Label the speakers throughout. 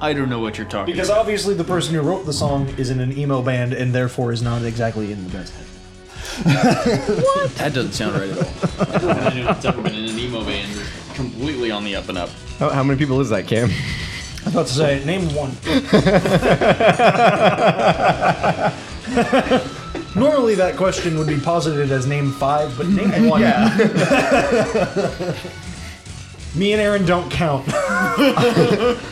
Speaker 1: I don't know what you're talking
Speaker 2: Because obviously the person who wrote the song is in an emo band and therefore is not exactly in the best.
Speaker 1: about. That doesn't sound right at all. I don't imagine it's ever been in an emo band completely on the up and up.
Speaker 3: How, Oh, how many people is that, Cam?
Speaker 2: I was about to say, name one. Normally that question would be posited as name five, but name one.
Speaker 3: Yeah.
Speaker 2: Me and Aaron don't count.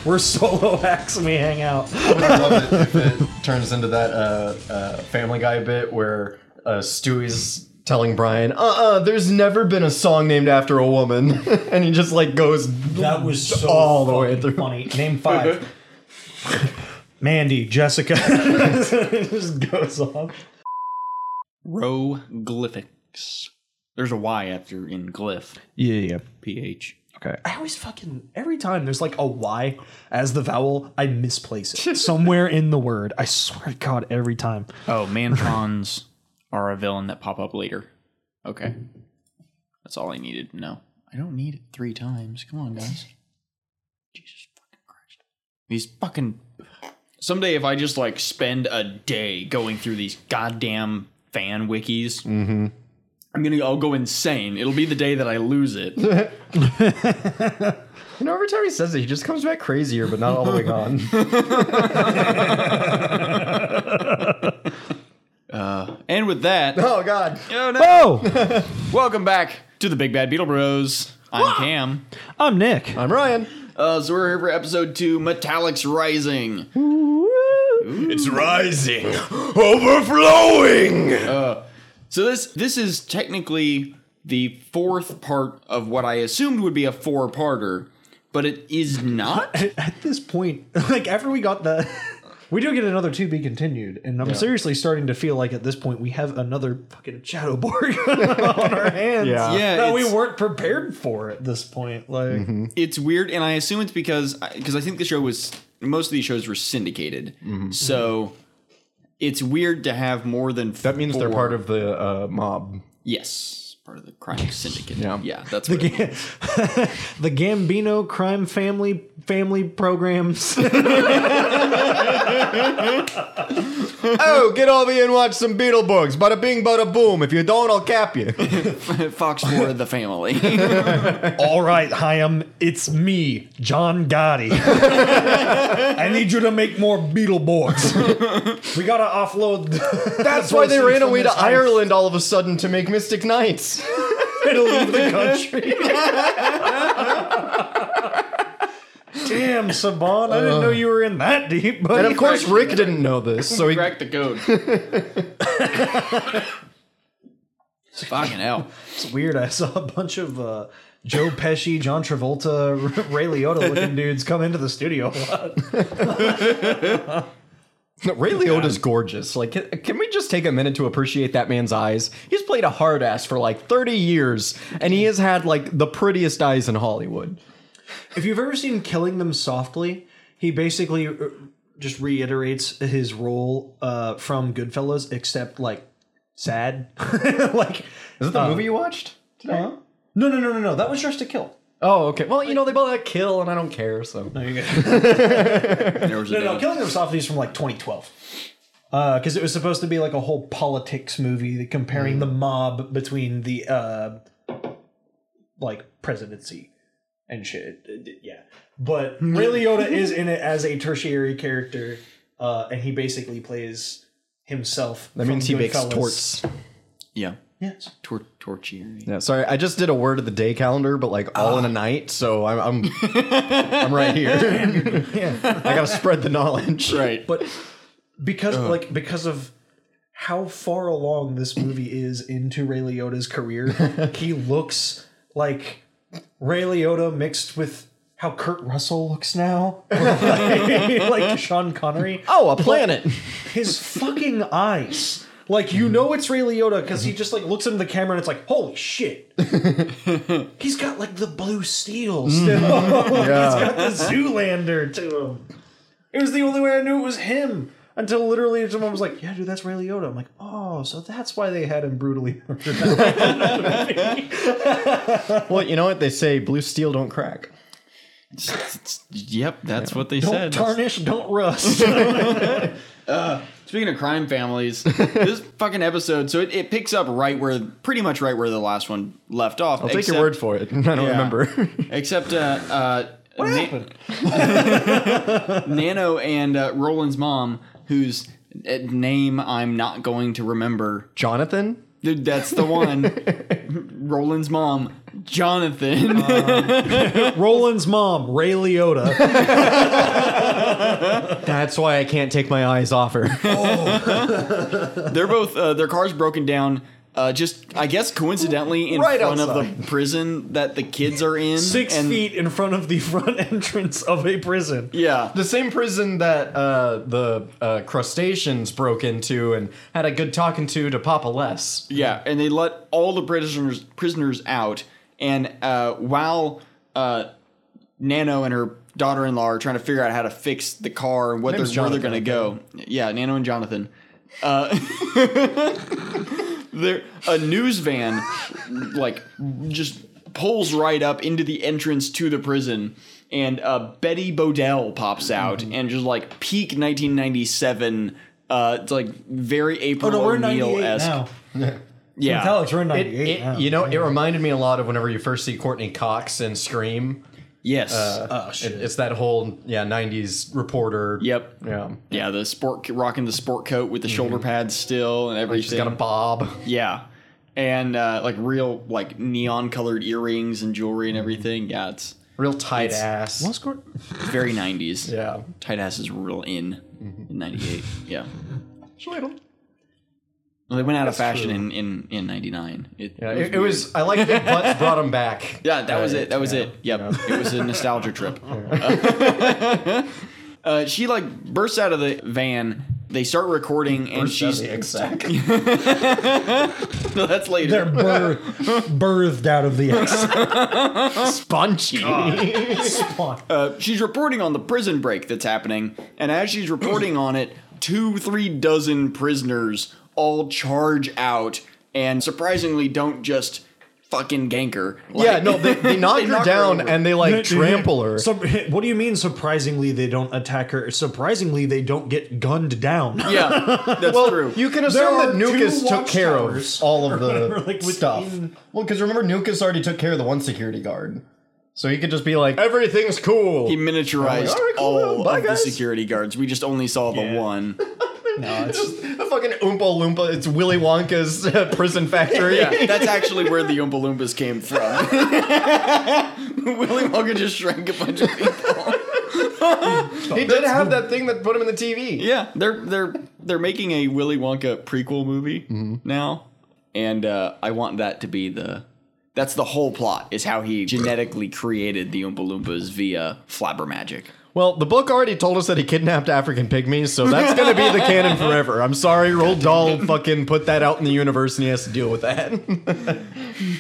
Speaker 2: We're solo hacks and we hang out.
Speaker 3: I would love it if it turns into that uh, uh, Family Guy bit where uh, Stewie's telling Brian, "Uh-uh, there's never been a song named after a woman," and he just like goes
Speaker 2: That was so
Speaker 3: all the way through.
Speaker 2: funny. Name five. Mandy, Jessica. it just goes off.
Speaker 1: Roglyphics. There's a Y after in glyph.
Speaker 3: Yeah, yeah.
Speaker 1: PH.
Speaker 3: Okay.
Speaker 2: I always fucking every time there's like a Y as the vowel, I misplace it somewhere in the word. I swear to God, every time.
Speaker 1: Oh, Mantrons are a villain that pop up later. Okay. That's all I needed to know. I don't need it three times. Come on, guys. Jesus fucking Christ. These fucking. Someday, if I just like spend a day going through these goddamn fan wikis, I'm gonna. I'll go insane. It'll be the day that I lose it.
Speaker 3: You know, every time he says it, he just comes back crazier, but not all the way gone.
Speaker 1: and with that,
Speaker 3: oh God.
Speaker 1: oh no.
Speaker 2: Oh,
Speaker 1: welcome back to the Big Bad Beetle Bros. I'm Cam.
Speaker 2: I'm Nick.
Speaker 3: I'm Ryan.
Speaker 1: Uh, so we're here for episode two, Metallics Rising.
Speaker 3: It's rising, overflowing.
Speaker 1: So this this is technically the fourth part of what I assumed would be a four-parter, but it is not.
Speaker 2: At this point, like after we got the, we do get another to be continued, and I'm seriously starting to feel like at this point we have another fucking shadow borg on our hands.
Speaker 3: Yeah.
Speaker 1: Yeah,
Speaker 2: that we
Speaker 1: it's-
Speaker 2: weren't prepared for at this point. Like,
Speaker 3: Mm-hmm.
Speaker 1: It's weird, and I assume it's because because I think the show was most of these shows were syndicated,
Speaker 3: Mm-hmm.
Speaker 1: so it's weird to have more than
Speaker 3: That means they're part of the uh, mob.
Speaker 1: yes part of the crime syndicate.
Speaker 3: Yeah.
Speaker 1: yeah, that's what it-
Speaker 2: the Gambino crime family family programs.
Speaker 3: Oh, get over here and watch some Beetleborgs. Bada bing, bada boom. If you don't, I'll cap you.
Speaker 1: Fox Four of the family.
Speaker 2: All right, Chaim, it's me, John Gotti. I need you to make more Beetleborgs. we gotta offload.
Speaker 3: That's why they ran away to Ireland all of a sudden to make Mystic Knights.
Speaker 2: to leave the country. Damn, Saban, I didn't know you were in that deep. But
Speaker 3: And of course, Rick didn't know this, so he.
Speaker 1: Crack the code. Fucking hell.
Speaker 2: it's weird. I saw a bunch of uh, Joe Pesci, John Travolta, Ray Liotta looking dudes come into the studio.
Speaker 3: No, Ray Liotta's gorgeous. Like, can- can we just take a minute to appreciate that man's eyes? He's played a hard ass for like 30 years, and he has had like the prettiest eyes in Hollywood.
Speaker 2: If you've ever seen Killing Them Softly, he basically uh, just reiterates his role uh, from Goodfellas, except like sad. like uh,
Speaker 3: Is it the movie you watched? Today?
Speaker 2: no, no, no, no, no. That was just a kill.
Speaker 3: Oh, okay. Well, you know, they both had kill, and I don't care, so.
Speaker 2: No,
Speaker 1: There was a
Speaker 2: no,
Speaker 1: doubt.
Speaker 2: Killing Them Softly is from like 2012. Because it was supposed to be like a whole politics movie that
Speaker 3: Mm.
Speaker 2: comparing the mob between the uh, like presidency and shit. Uh, d- Yeah, but
Speaker 3: Hmm.
Speaker 2: Ray Liotta is in it as a tertiary character, uh, and he basically plays himself.
Speaker 3: That means he makes torts.
Speaker 1: Yeah.
Speaker 2: Yes.
Speaker 1: Tor- torchieri.
Speaker 3: Yeah, sorry, I just did a word of the day calendar, but like all in a night, so I'm I'm, I'm right here.
Speaker 2: Yeah.
Speaker 3: I gotta spread the knowledge.
Speaker 1: Right.
Speaker 2: but because like because of how far along this movie is into Ray Liotta's career, he looks like Ray Liotta mixed with how Kurt Russell looks now, like, like Sean Connery.
Speaker 3: Oh, a planet.
Speaker 2: His fucking eyes. Like you know it's Ray Liotta because he just like looks into the camera and it's like holy shit. He's got like the blue steel still. He's got the Zoolander to him. It was the only way I knew it was him until literally someone was like, "Yeah, dude, that's Ray Liotta." I'm like, "Oh, so that's why they had him brutally murdered."
Speaker 3: well, you know what they say: blue steel don't crack.
Speaker 1: yep, that's what they
Speaker 2: Don't
Speaker 1: said.
Speaker 2: tarnish, don't rust.
Speaker 1: Speaking of crime families, this fucking episode, so it, it picks up right where, pretty much right where the last one left off.
Speaker 3: I'll take your word for it. I don't remember.
Speaker 1: Except, uh, uh,
Speaker 2: what
Speaker 1: Na-
Speaker 2: happened?
Speaker 1: Nano and uh, Roland's mom, whose uh, name I'm not going to remember.
Speaker 3: Jonathan?
Speaker 1: Dude, that's the one. Roland's mom, Jonathan.
Speaker 2: Roland's mom, Ray Liotta.
Speaker 3: That's why I can't take my eyes off her.
Speaker 1: They're both uh, their car's broken down. Uh, just I guess coincidentally in
Speaker 3: Right
Speaker 1: front of the
Speaker 3: outside.
Speaker 1: prison that the kids are in.
Speaker 2: Six
Speaker 1: and-
Speaker 2: feet in front of the front entrance of a prison.
Speaker 1: Yeah.
Speaker 3: the same prison that uh, the uh, crustaceans broke into and had a good talking to to Papa Les.
Speaker 1: Yeah, and they let all the prisoners prisoners out, and uh, while uh, Nano and her daughter-in-law are trying to figure out how to fix the car and what they're,
Speaker 3: Name's
Speaker 1: where they're going to
Speaker 3: Jonathan,
Speaker 1: go, yeah, Nano and Jonathan, uh, there a news van like just pulls right up into the entrance to the prison. And uh, Betty Bodell pops out
Speaker 3: Mm-hmm.
Speaker 1: and just like peak 1997, uh, it's like very
Speaker 2: Oh,
Speaker 3: Oh,
Speaker 1: April O'Neil esque. Yeah,
Speaker 2: Alex, we're in
Speaker 3: It,
Speaker 2: 98
Speaker 3: it-
Speaker 2: now.
Speaker 3: you know, it reminded me a lot of whenever you first see Courtney Cox in Scream.
Speaker 1: Yes.
Speaker 3: Uh,
Speaker 2: Oh, shit.
Speaker 3: it- it's that whole yeah '90s reporter.
Speaker 1: yep.
Speaker 3: Yeah.
Speaker 1: Yeah, the sport rocking the sport coat with the
Speaker 3: Mm-hmm.
Speaker 1: shoulder pads still and everything.
Speaker 3: She's got a bob.
Speaker 1: yeah, and uh, like real like neon colored earrings and jewelry
Speaker 3: Mm-hmm.
Speaker 1: and everything. Yeah, it's
Speaker 3: Real tight ass.
Speaker 2: Was Court-
Speaker 1: very nineties.
Speaker 3: Yeah. Mm-hmm.
Speaker 1: tight ass is real in in ninety eight. Yeah, well, they went out of fashion in in in ninety nine.
Speaker 3: Yeah, it, it was. I like Big Butts brought him back.
Speaker 1: Yeah, that was
Speaker 3: Uh,
Speaker 1: it. That was
Speaker 3: yeah.
Speaker 1: it. Yep. It was a nostalgia trip. uh, she like bursts out of the van. They start recording and she's
Speaker 3: exact.
Speaker 1: no, that's later.
Speaker 2: They're birth, birthed out of the X.
Speaker 3: Spongy.
Speaker 2: Spawn.
Speaker 1: Uh, she's reporting on the prison break that's happening, and as she's reporting on it, two, three dozen prisoners all charge out and surprisingly don't just fucking gank her. Like-
Speaker 3: yeah, no, they, they knock
Speaker 1: They
Speaker 3: her
Speaker 1: knock her
Speaker 3: down
Speaker 1: over.
Speaker 3: and they like trample her.
Speaker 2: Some- what do you mean? Surprisingly, they don't attack her. Surprisingly, they don't get gunned down.
Speaker 1: yeah, that's
Speaker 3: well,
Speaker 1: true.
Speaker 3: you can
Speaker 2: There
Speaker 3: assume
Speaker 2: are
Speaker 3: that Nukas
Speaker 2: two
Speaker 3: took care of
Speaker 2: watchtowers
Speaker 3: all of
Speaker 2: whatever,
Speaker 3: the
Speaker 2: like, within-
Speaker 3: stuff. Well, because remember, Nukas already took care of the one security guard, so he could just be like, "Everything's cool."
Speaker 1: he miniaturized
Speaker 3: All right, cool.
Speaker 1: all
Speaker 3: Bye,
Speaker 1: of the
Speaker 3: guys.
Speaker 1: security guards. We just only saw the
Speaker 2: Yeah.
Speaker 1: one.
Speaker 3: a fucking Oompa Loompa. It's Willy Wonka's uh, prison factory.
Speaker 1: Yeah, that's actually where the Oompa Loompas came from. Willy Wonka just shrank a bunch of people.
Speaker 3: he did have that thing that put him in the TV.
Speaker 1: Yeah, they're they're they're making a Willy Wonka prequel movie now, and uh, I want that to be the that's the whole plot is how he genetically created the Oompa Loompas via flabber magic.
Speaker 3: Well, the book already told us that he kidnapped African pygmies, so that's gonna be the canon forever. I'm sorry, Roald Dahl fucking put that out in the universe and he has to deal with that.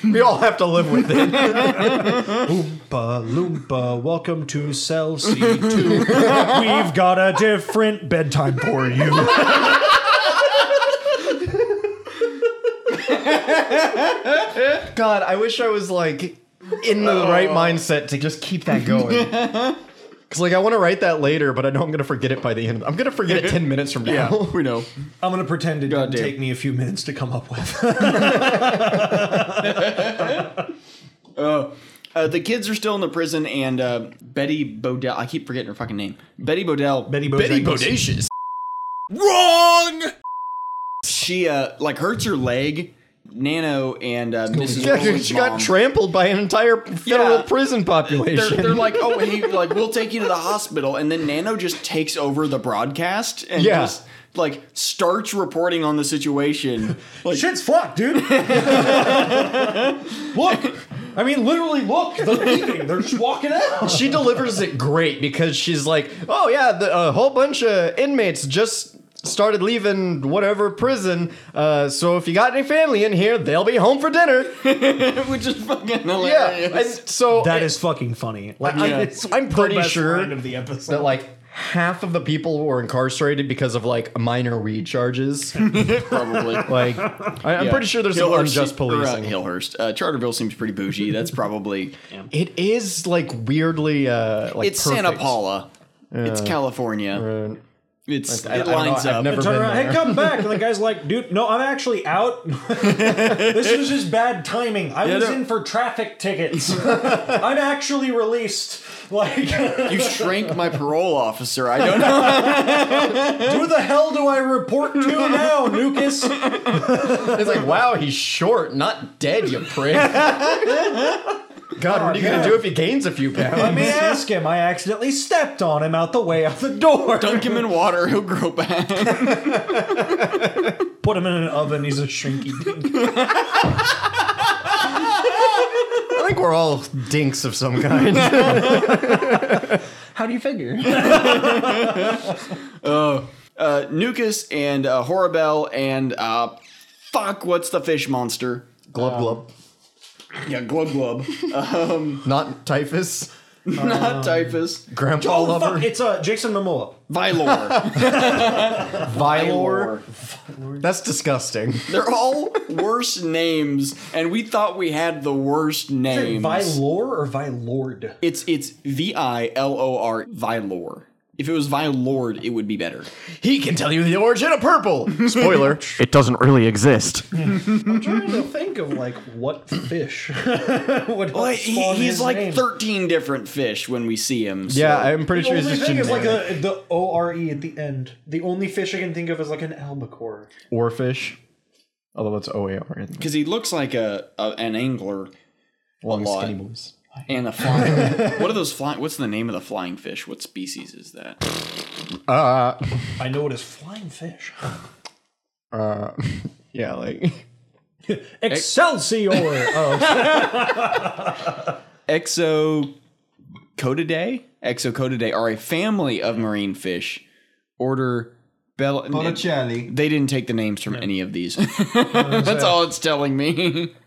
Speaker 3: we all have to live with it.
Speaker 2: Oompa Loompa, welcome to cell C2. We've got a different bedtime for you.
Speaker 3: God, I wish I was like in the right mindset to just keep that going. Cause like I want to write that later, but I know I'm gonna forget it by the end. I'm gonna forget it ten minutes from now.
Speaker 1: we know.
Speaker 2: I'm gonna pretend it didn't
Speaker 1: Goddamn.
Speaker 2: take me a few minutes to come up with.
Speaker 1: Uh, the kids are still in the prison, and uh, Betty Bodell. I keep forgetting her fucking name. Betty Bodell.
Speaker 2: Betty Bojack.
Speaker 3: Bodacious.
Speaker 1: She uh, like hurts her leg. Nano and uh, Mrs.
Speaker 3: Yeah,
Speaker 1: Roland's
Speaker 3: she got
Speaker 1: mom-
Speaker 3: trampled by an entire federal
Speaker 1: Yeah.
Speaker 3: prison
Speaker 1: they're,
Speaker 3: population.
Speaker 1: they're like, oh, hey, like we'll take you to the hospital, and then Nano just takes over the broadcast and
Speaker 3: Yeah.
Speaker 1: just like starts reporting on the situation. Like,
Speaker 2: Oh, Shit's fucked, dude. look, I mean, literally, look. They're leaving. They're just walking out.
Speaker 3: she delivers it great because she's like, "Oh yeah, the, a whole bunch of inmates just started leaving whatever prison. Uh, so if you got any family in here, they'll be home for dinner."
Speaker 1: which is fucking
Speaker 3: Yeah,
Speaker 1: hilarious.
Speaker 3: and so
Speaker 2: That is fucking funny. Like,
Speaker 3: I-
Speaker 2: it's
Speaker 3: I'm pretty
Speaker 2: the best
Speaker 3: sure
Speaker 2: line of the episode.
Speaker 3: that like half of the people were incarcerated because of like minor weed charges.
Speaker 1: Probably.
Speaker 3: like, I, I'm
Speaker 1: Yeah.
Speaker 3: pretty sure there's some
Speaker 1: Hillhurst
Speaker 3: unjust
Speaker 1: se- or, uh,
Speaker 3: policing.
Speaker 1: Hillhurst. Uh, Charterville seems pretty bougie. That's probably.
Speaker 3: it is like weirdly, uh, like
Speaker 1: it's Santa
Speaker 3: perfect.
Speaker 1: Paula. It's California.
Speaker 3: Right.
Speaker 1: It's
Speaker 3: I- I
Speaker 1: it
Speaker 3: don't know,
Speaker 1: lines
Speaker 3: I've
Speaker 1: up.
Speaker 3: never-
Speaker 2: Turn
Speaker 3: been
Speaker 2: around, hey,
Speaker 3: there.
Speaker 2: come back. And the guy's like, dude, no, I'm actually out. this was just bad timing. I was
Speaker 1: no.
Speaker 2: in for traffic tickets. I'm actually released. Like,
Speaker 1: you shrank my parole officer. I don't know.
Speaker 2: who the hell do I report to now, Nukas?
Speaker 3: It's like, wow, he's short, not dead, you prick. God, what are you gonna
Speaker 2: yeah.
Speaker 3: do if he gains a few
Speaker 2: Let
Speaker 3: pounds?
Speaker 2: me ask him. I accidentally stepped on him out the way out the door.
Speaker 1: Dunk him in water. He'll grow back.
Speaker 2: Put him in an oven. He's a shrinky dink.
Speaker 3: I think we're all dinks of some kind.
Speaker 2: How do you figure?
Speaker 1: Uh, Nukas and uh, Horabel and uh, fuck, what's the fish monster?
Speaker 3: glub glub,
Speaker 1: Yeah, Glub Glub.
Speaker 3: not typhus.
Speaker 1: Not Uh, typhus.
Speaker 3: Grandpa
Speaker 2: Oh,
Speaker 3: lover,
Speaker 2: fuck. It's uh, Jason Momoa.
Speaker 1: Vilor.
Speaker 3: Vilor. That's disgusting.
Speaker 1: They're all worse names, and we thought we had the worst names.
Speaker 2: Vilor or Vilord?
Speaker 1: It's it's V I L O R Vilor. If it was Vilord, it would be better.
Speaker 3: He can tell you the origin of purple. Spoiler: it doesn't really exist.
Speaker 2: trying to think of like what fish would help
Speaker 1: But he-
Speaker 2: spawn
Speaker 1: he's
Speaker 2: his
Speaker 1: like
Speaker 2: name.
Speaker 1: 13 different fish when we see him. so-
Speaker 3: Yeah, I'm pretty
Speaker 2: The
Speaker 3: sure he's
Speaker 2: only
Speaker 3: just
Speaker 2: thing is like
Speaker 3: generic.
Speaker 2: a, the O R E at the end. The only fish I can think of is like an albacore.
Speaker 3: or fish. Although it's OAR.
Speaker 1: Because he looks like a, a an angler
Speaker 3: Long
Speaker 1: lot.
Speaker 3: skinny boys.
Speaker 1: and a flying. what are those flying? What's the name of the flying fish? What species is that?
Speaker 3: Uh,
Speaker 2: I know it is flying fish.
Speaker 3: uh, yeah, like
Speaker 2: Excelsior! oh,
Speaker 1: Exocodidae? Exocodidae are a family of marine fish. Order Bell.
Speaker 3: Botticelli.
Speaker 1: They didn't take the names from any of these. That's all it's telling me.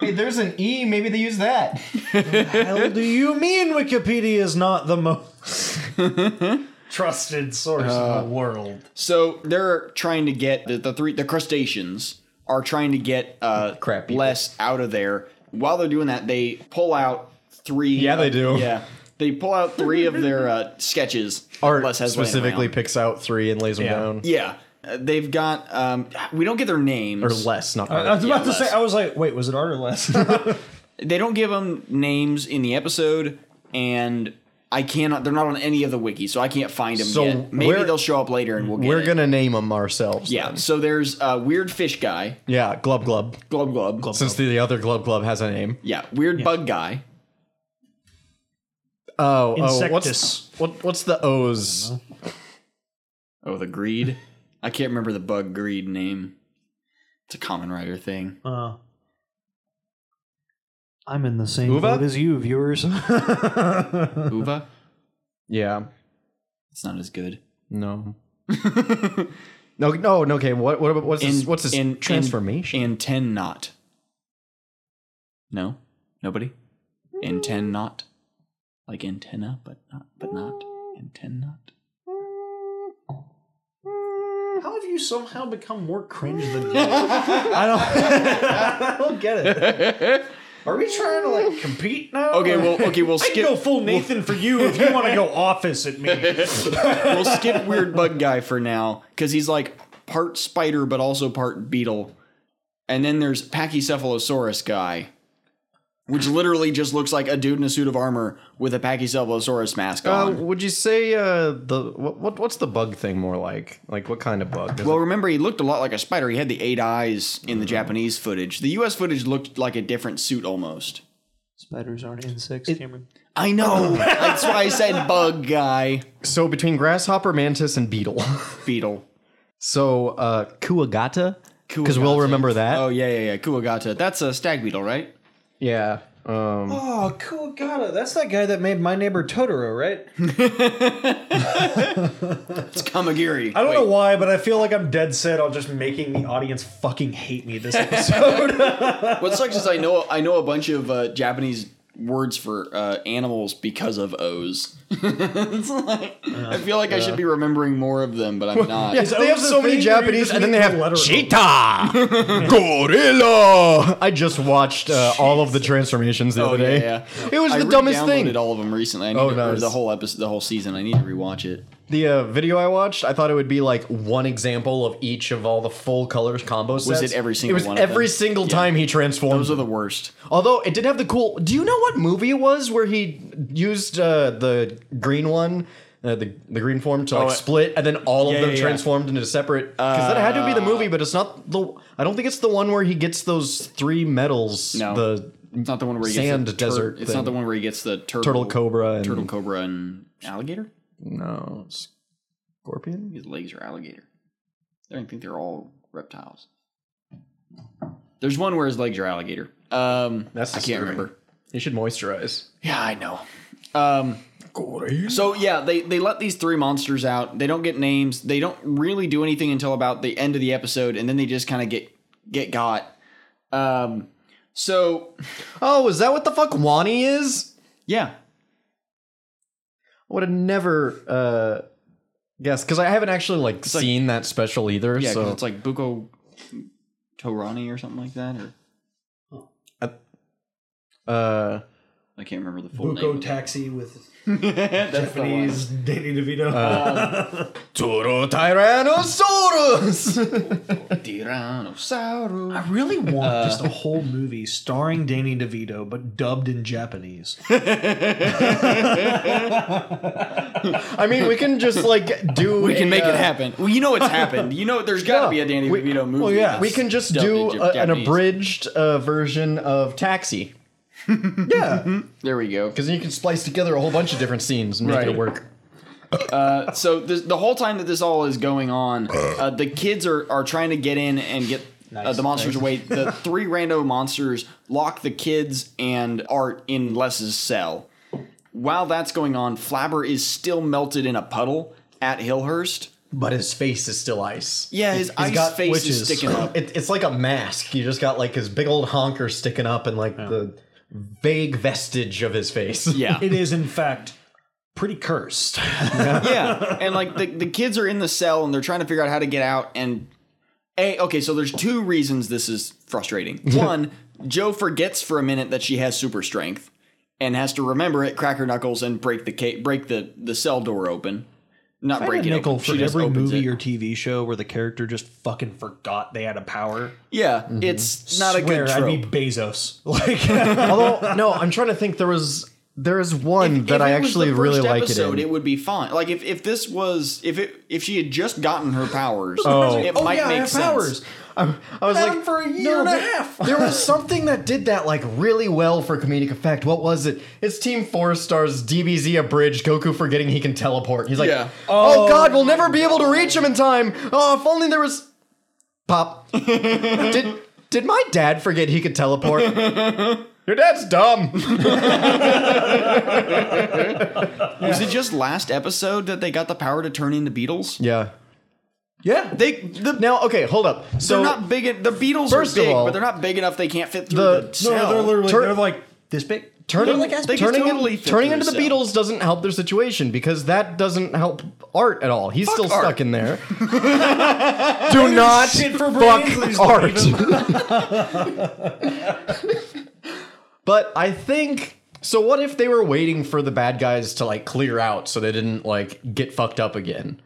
Speaker 3: Hey, there's an E. Maybe they use that.
Speaker 2: hell do you mean Wikipedia is not the most trusted source
Speaker 3: Uh,
Speaker 2: in the world?
Speaker 1: So they're trying to get the, the three the crustaceans are trying to get uh
Speaker 3: Crap people.
Speaker 1: less out of there. While they're doing that, they pull out three.
Speaker 3: Yeah, they do.
Speaker 1: Yeah, they pull out three of their uh, sketches.
Speaker 3: Art
Speaker 1: Les has laying
Speaker 3: specifically
Speaker 1: around.
Speaker 3: picks out three and lays them
Speaker 2: Yeah.
Speaker 3: down.
Speaker 1: Yeah, Uh, they've got. Um, we don't get their names.
Speaker 3: Or less, not
Speaker 2: I
Speaker 3: art.
Speaker 2: was about to
Speaker 1: Yeah,
Speaker 2: say,
Speaker 1: less.
Speaker 2: I was like, wait, was it art or less?
Speaker 3: Oh,
Speaker 1: they don't give them names in the episode, and I cannot. They're not on any of the wiki, so I can't find them
Speaker 3: So
Speaker 1: yet. Maybe
Speaker 3: we're-
Speaker 1: they'll show up later, and we'll get.
Speaker 3: We're
Speaker 1: it.
Speaker 3: gonna name them ourselves.
Speaker 1: Yeah.
Speaker 3: then.
Speaker 1: So there's uh, weird fish guy,
Speaker 3: Yeah. Glub glub.
Speaker 1: glub glub. glub.
Speaker 3: Since the, the other glub glub has a name.
Speaker 1: Yeah, weird bug guy.
Speaker 3: Oh, oh
Speaker 2: Insectus.
Speaker 3: what's what, what's the O's?
Speaker 1: Oh, the greed. I can't remember the bug greed name. It's a common writer thing.
Speaker 2: Uh, I'm in the same
Speaker 3: Uva?
Speaker 2: boat as you, viewers.
Speaker 1: Uva.
Speaker 3: Yeah.
Speaker 1: It's not as good.
Speaker 3: No. no. No. No. Okay. What? What? about- What's his? What's his transformation?
Speaker 1: And, ten knot. No, nobody. And ten knot, like antenna, but not, but not and ten knot.
Speaker 2: How have you somehow become more cringe than me? I don't. I don't get it. Are we trying to like compete now?
Speaker 1: Okay, well, okay, we'll
Speaker 2: I can go
Speaker 1: skip.
Speaker 2: full Nathan for you if you want to go office at me.
Speaker 1: We'll skip weird bug guy for now because he's like part spider, but also part beetle. And then there's Pachycephalosaurus guy, which literally just looks like a dude in a suit of armor with a Pachycephalosaurus mask
Speaker 3: Uh,
Speaker 1: on.
Speaker 3: would you say uh, the what, what? What's the bug thing more like? Like what kind of bug? Is
Speaker 1: Well, remember, he looked a lot like a spider. He had the eight eyes in the Japanese footage. The U.S. footage looked like a different suit almost.
Speaker 4: Spiders aren't insects, Cameron.
Speaker 1: I know. That's why I said bug guy.
Speaker 3: it- so between grasshopper, mantis, and beetle.
Speaker 1: Beetle.
Speaker 3: so uh, kuagata, because we'll
Speaker 1: Kuagata.
Speaker 3: remember that.
Speaker 1: Oh, yeah, yeah, yeah. Kuagata. That's a stag beetle, right?
Speaker 3: Yeah. Um,
Speaker 2: Oh, Kuagata. That's that guy that made My Neighbor Totoro, right?
Speaker 1: It's Kamagiri.
Speaker 2: I don't know why, but I feel like I'm dead set on just making the audience fucking hate me this episode.
Speaker 1: What sucks is I know I know a bunch of uh, Japanese words for uh, animals because of O's. it's like, I feel like I should be remembering more of them, but I'm not.
Speaker 3: Yeah,
Speaker 2: Is that
Speaker 3: they have
Speaker 2: was the
Speaker 3: so many
Speaker 2: thing where you
Speaker 3: Japanese,
Speaker 2: just
Speaker 3: and then
Speaker 2: need
Speaker 3: they
Speaker 2: to
Speaker 3: have
Speaker 2: let her go?
Speaker 3: cheetah, gorilla. I just watched uh, all of the transformations the
Speaker 1: Oh,
Speaker 3: other
Speaker 1: yeah,
Speaker 3: day.
Speaker 1: yeah.
Speaker 3: It was
Speaker 1: I
Speaker 3: the dumbest
Speaker 1: re-downloaded
Speaker 3: thing.
Speaker 1: all of them recently. I need
Speaker 3: Oh,
Speaker 1: to, or
Speaker 3: nice.
Speaker 1: the whole episode, the whole season. I need to rewatch it.
Speaker 3: The uh, video I watched, I thought it would be like one example of each of all the full colors combo sets.
Speaker 1: it every single
Speaker 3: It was
Speaker 1: one of
Speaker 3: every
Speaker 1: them?
Speaker 3: single
Speaker 1: Yeah.
Speaker 3: time he transformed.
Speaker 1: Those are the worst.
Speaker 3: Although it did have the cool. Do you know what movie it was where he used uh, the green one, uh, the the green form to like
Speaker 1: Oh, it-
Speaker 3: split, and then all
Speaker 1: yeah,
Speaker 3: of them
Speaker 1: yeah, Uh, yeah.
Speaker 3: transformed into separate? Because that had to be the movie, but it's not the. I don't think it's the one where he gets those three medals.
Speaker 1: No.
Speaker 3: the
Speaker 1: It's not the one where he
Speaker 3: Sand
Speaker 1: gets the tur-
Speaker 3: desert
Speaker 1: It's not
Speaker 3: thing.
Speaker 1: the one where he gets the turtle,
Speaker 3: turtle cobra and
Speaker 1: turtle cobra and alligator.
Speaker 3: no scorpion.
Speaker 1: His legs are alligator. I don't think they're all reptiles. There's one where his legs are alligator. Um,
Speaker 3: That's
Speaker 1: I can't
Speaker 3: disturbing.
Speaker 1: remember.
Speaker 3: You should moisturize.
Speaker 1: Yeah, I know. Um, so yeah, they they let these three monsters out. They don't get names. They don't really do anything until about the end of the episode, and then they just kind of get get got. Um, so
Speaker 3: Oh, is that what the fuck Wani is?
Speaker 1: yeah,
Speaker 3: I would have never uh, guessed because I haven't actually like seen that special either.
Speaker 1: yeah, 'cause
Speaker 3: so
Speaker 1: it's like Buko Torani or something like that, or
Speaker 3: uh,
Speaker 1: I can't remember the full name.
Speaker 2: Buko
Speaker 1: of it.
Speaker 2: taxi with
Speaker 1: That's the one.
Speaker 2: Japanese Danny DeVito.
Speaker 3: Toro Tyrannosaurus.
Speaker 1: Tyrannosaurus.
Speaker 2: I really want
Speaker 1: Uh,
Speaker 2: just a whole movie starring Danny DeVito but dubbed in Japanese.
Speaker 3: I mean, we can just like do.
Speaker 1: We can
Speaker 3: a,
Speaker 1: make it
Speaker 3: uh,
Speaker 1: happen. Well, you know it's happened. You know there's got to
Speaker 3: Yeah.
Speaker 1: be a Danny
Speaker 3: We-
Speaker 1: DeVito movie.
Speaker 2: yeah.
Speaker 1: that's
Speaker 3: We can just
Speaker 1: dubbed
Speaker 3: do
Speaker 1: in
Speaker 3: a, an
Speaker 1: Japanese.
Speaker 3: abridged uh, version of Taxi. yeah,
Speaker 1: There we go.
Speaker 3: because you can splice together a whole bunch of different scenes and make
Speaker 1: Right.
Speaker 3: it work.
Speaker 1: So this, the whole time that this all is going on, uh, the kids are are trying to get in and get. uh, the monsters away. The three rando monsters lock the kids and Art in Les's cell. While that's going on, Flabber is still melted in a puddle at Hillhurst.
Speaker 3: But his face is still ice.
Speaker 1: Yeah, his ice face is sticking up.
Speaker 3: It, it's like a mask. You just got like his big old honker sticking up and like the vague vestige of his face.
Speaker 1: Yeah,
Speaker 2: It is in fact pretty cursed.
Speaker 1: yeah. And like the, the kids are in the cell and they're trying to figure out how to get out. And a okay, so there's two reasons this is frustrating. One, Joe forgets for a minute that she has super strength and has to remember it, crack her knuckles, and break the ca- break the the cell door open. Not break it
Speaker 2: nickel
Speaker 1: open.
Speaker 2: for
Speaker 1: She just
Speaker 2: every
Speaker 1: opens
Speaker 2: movie
Speaker 1: it.
Speaker 2: or TV show where the character just fucking forgot they had a power.
Speaker 1: yeah, it's not a
Speaker 2: Swear,
Speaker 1: good trope.
Speaker 2: I'd be Bezos. Like
Speaker 3: Although no, I'm trying to think. There was there is one that
Speaker 1: If
Speaker 3: I
Speaker 1: it was
Speaker 3: actually
Speaker 1: the first
Speaker 3: really like it.
Speaker 1: episode,
Speaker 3: In.
Speaker 1: It would be fine. Like if, if this was if it if she had just gotten her powers, Oh.
Speaker 2: Oh.
Speaker 1: it might
Speaker 2: yeah, I
Speaker 1: make
Speaker 2: have
Speaker 1: sense.
Speaker 2: powers.
Speaker 3: I was
Speaker 2: Had
Speaker 3: like
Speaker 2: him for a year and a
Speaker 3: but
Speaker 2: half.
Speaker 3: there was something that did that like really well for comedic effect. What was it? It's Team Four Stars DBZ abridged Goku forgetting he can teleport. He's like,
Speaker 1: Yeah.
Speaker 3: oh, God, we'll never be able to reach him in time. Oh, if only there was pop. did did my dad forget he could teleport? Your dad's dumb.
Speaker 1: Was it just last episode that they got the power to turn into beetles?
Speaker 3: yeah.
Speaker 2: Yeah.
Speaker 1: They the,
Speaker 3: Now, okay, hold up.
Speaker 1: they're
Speaker 3: So
Speaker 1: not big. en- The beetles
Speaker 3: First
Speaker 1: are
Speaker 3: of
Speaker 1: big,
Speaker 3: all-
Speaker 1: but they're not big enough. They can't fit through
Speaker 3: The-
Speaker 1: the,
Speaker 3: no,
Speaker 1: cell.
Speaker 2: they're literally
Speaker 3: Tur-
Speaker 2: they're like this big.
Speaker 3: turning
Speaker 1: They're like- they could
Speaker 3: turning, in-
Speaker 1: totally fit
Speaker 3: turning
Speaker 1: through
Speaker 3: into the
Speaker 1: the cell.
Speaker 3: Beatles doesn't help their situation because that doesn't help Art at all. He's still
Speaker 1: Art.
Speaker 3: stuck in there. Do not
Speaker 2: shit for brains, please
Speaker 3: fuck Art.
Speaker 2: don't
Speaker 3: but I think so. What if they were waiting for the bad guys to like clear out so they didn't like get fucked up again?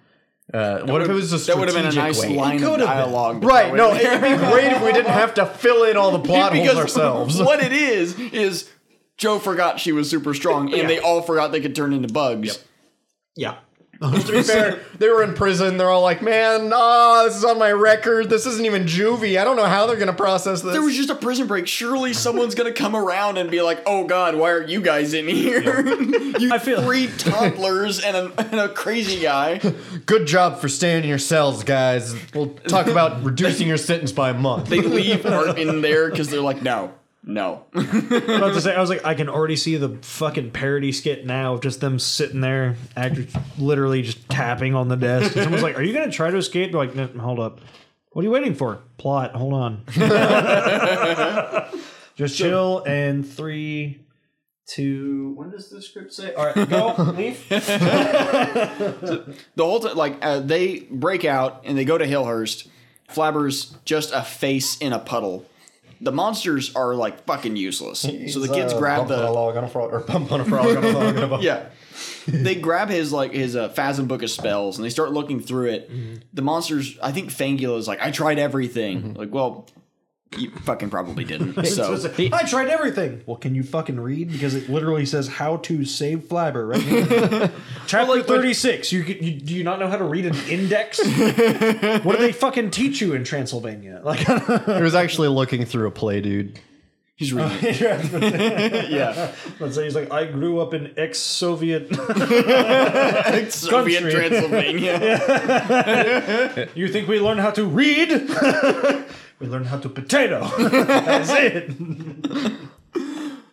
Speaker 3: Uh, what if it was a
Speaker 1: that would have
Speaker 3: strategic
Speaker 1: been a nice
Speaker 3: way?
Speaker 1: line of
Speaker 2: could've been.
Speaker 1: dialogue. to
Speaker 3: Right?
Speaker 1: throw
Speaker 3: No,
Speaker 1: in
Speaker 3: it'd be great if we didn't have to fill in all the plot holes
Speaker 1: because
Speaker 3: ourselves.
Speaker 1: what it is is Joe forgot she was super strong, and they all forgot they could turn into bugs.
Speaker 2: Yeah.
Speaker 3: to be fair, they were in prison. They're all like, "Man, ah, this is on my record. This isn't even juvie. I don't know how they're gonna process this."
Speaker 1: There was just a prison break. Surely someone's gonna come around and be like, "Oh God, why are you guys in here? you
Speaker 2: I feel-
Speaker 1: three toddlers and a, and a crazy guy."
Speaker 3: Good job for staying in your cells, guys. We'll talk about reducing your sentence by a month.
Speaker 1: They leave Art in there because they're like, "No, no."
Speaker 2: I was about to say, I was like, I can already see the fucking parody skit now of just them sitting there, actors literally just tapping on the desk. And someone's like, "Are you gonna try to escape?" They're like, no, hold up, what are you waiting for? Plot. Hold on. just chill and three to when does the script say? All right, go leave.
Speaker 1: The whole time, like uh, they break out and they go to Hillhurst. Flabber's just a face in a puddle. The monsters are like fucking useless. So the
Speaker 2: uh,
Speaker 1: kids grab
Speaker 3: Pump Uh, on a
Speaker 1: the
Speaker 3: log on a frog, or pump on a frog on a log on a bone.
Speaker 1: yeah. They grab his like his uh, phasm book of spells and they start looking through it.
Speaker 2: Mm-hmm.
Speaker 1: The monsters, I think Fangula is like, I tried everything. Like, well, you fucking probably didn't. so
Speaker 2: Mm-hmm. It's just- I tried everything. Well, can you fucking read? Because it literally says how to save Flabber right here. Chapter thirty six. You, could- you do you not know how to read an index? what do they fucking teach you in Transylvania? Like
Speaker 3: It was actually looking through a play, dude.
Speaker 1: he's really yeah.
Speaker 2: let's say he's like, I grew up in ex-Soviet.
Speaker 1: Soviet
Speaker 2: Country.
Speaker 1: Transylvania.
Speaker 2: you think we learn how to read? we learn how to potato. That's it.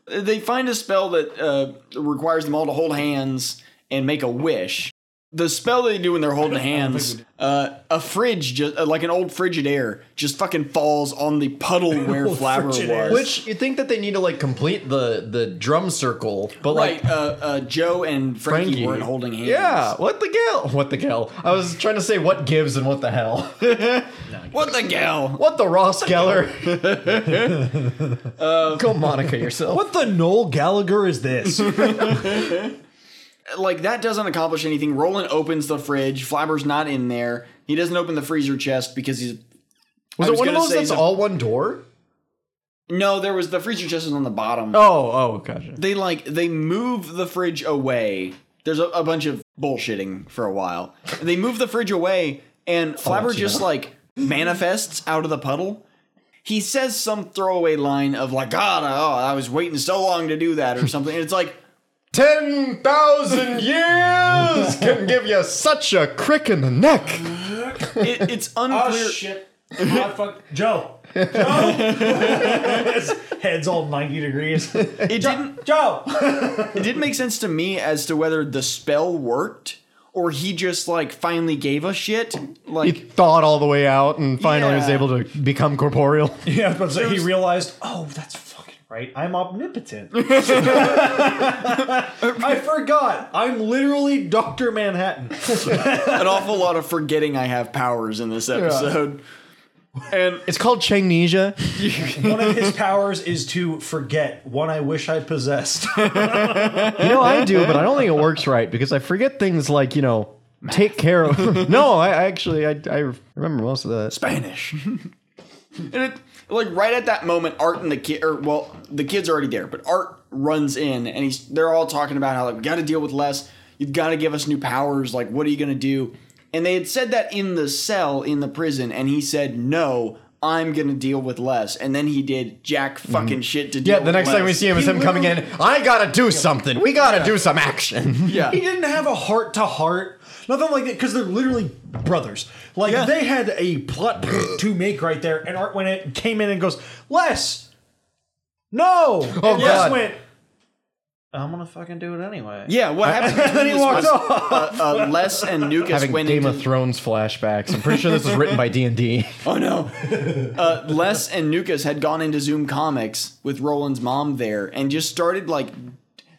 Speaker 1: they find a spell that uh, requires them all to hold hands and make a wish. The spell they do when they're holding hands, uh, a fridge, just, uh, like an old Frigidaire, just fucking falls on the puddle where Flabber
Speaker 2: Frigidaire.
Speaker 1: was.
Speaker 3: Which you think that they need to like complete the the drum circle, but
Speaker 1: right,
Speaker 3: like
Speaker 1: uh, uh, Joe and Frankie,
Speaker 3: Frankie.
Speaker 1: weren't holding hands.
Speaker 3: yeah, what the hell? What the hell? I was trying to say what gives and what the hell.
Speaker 1: What the gal?
Speaker 3: What the Ross Geller?
Speaker 1: Um,
Speaker 3: Go Monica yourself.
Speaker 2: What the Noel Gallagher is this?
Speaker 1: Like, that doesn't accomplish anything. Roland opens the fridge. Flabber's not in there. He doesn't open the freezer chest because he's.
Speaker 3: Was
Speaker 1: I
Speaker 3: it one of
Speaker 1: gonna
Speaker 3: those
Speaker 1: say
Speaker 3: that's
Speaker 1: the-
Speaker 3: all one door?
Speaker 1: No, there was the freezer chest is on the bottom.
Speaker 3: Oh, oh, gotcha.
Speaker 1: they like they move the fridge away. There's a, a bunch of bullshitting for a while. They move the fridge away, and Flabber
Speaker 3: let you
Speaker 1: just
Speaker 3: know.
Speaker 1: like manifests out of the puddle. He says some throwaway line of like, "God, oh, I was waiting so long to do that" or something. And it's like,
Speaker 3: Ten thousand years can give you such a crick in the neck.
Speaker 1: it, it's unclear.
Speaker 2: shit. Oh, fuck. Joe. Joe. His head's all 90 degrees.
Speaker 1: it didn't.
Speaker 2: Joe.
Speaker 1: It didn't make sense to me as to whether the spell worked or he just like finally gave a shit.
Speaker 3: He
Speaker 1: Like
Speaker 3: thawed all the way out and finally was
Speaker 1: Yeah.
Speaker 3: able to become corporeal.
Speaker 2: Yeah, I was about to say, he realized, oh, that's fucking right. I'm omnipotent. I forgot. I'm literally Dr. Manhattan.
Speaker 1: an awful lot of forgetting I have powers in this episode. And
Speaker 3: It's called Changnesia.
Speaker 2: One of his powers is to forget one I wish I possessed.
Speaker 3: You know, I do, but I don't think it works right because I forget things like, you know, take care of. no, I I actually, I, I remember most of that.
Speaker 1: Spanish. and it, like right at that moment, Art and the kid, or well, the kid's already there, but Art runs in and he's they're all talking about how like we got to deal with less. You've got to give us new powers. Like, what are you gonna do? And they had said that in the cell in the prison, and he said no. I'm gonna deal with less, and then he did jack fucking shit to deal.
Speaker 3: Mm-hmm. Yeah, the
Speaker 1: with
Speaker 3: next time we
Speaker 1: less.
Speaker 3: see him is him coming in. I gotta do something. We gotta do some action.
Speaker 1: yeah,
Speaker 2: He didn't have a heart to heart. Nothing like that, because they're literally brothers. Like
Speaker 1: Yeah.
Speaker 2: they had a plot to make right there, and Art went in, came in and goes, Les, no. Oh, and Les
Speaker 3: God.
Speaker 2: went, I'm gonna fucking do it anyway.
Speaker 1: yeah. What happened?
Speaker 2: Then he walked off.
Speaker 1: Uh, Les and Nukas
Speaker 3: Having
Speaker 1: went
Speaker 3: Game
Speaker 1: into
Speaker 3: of Thrones flashbacks. I'm pretty sure this was written by D and D.
Speaker 1: Oh no. Uh, Les and Nukas had gone into Zoom Comics with Roland's mom there and just started like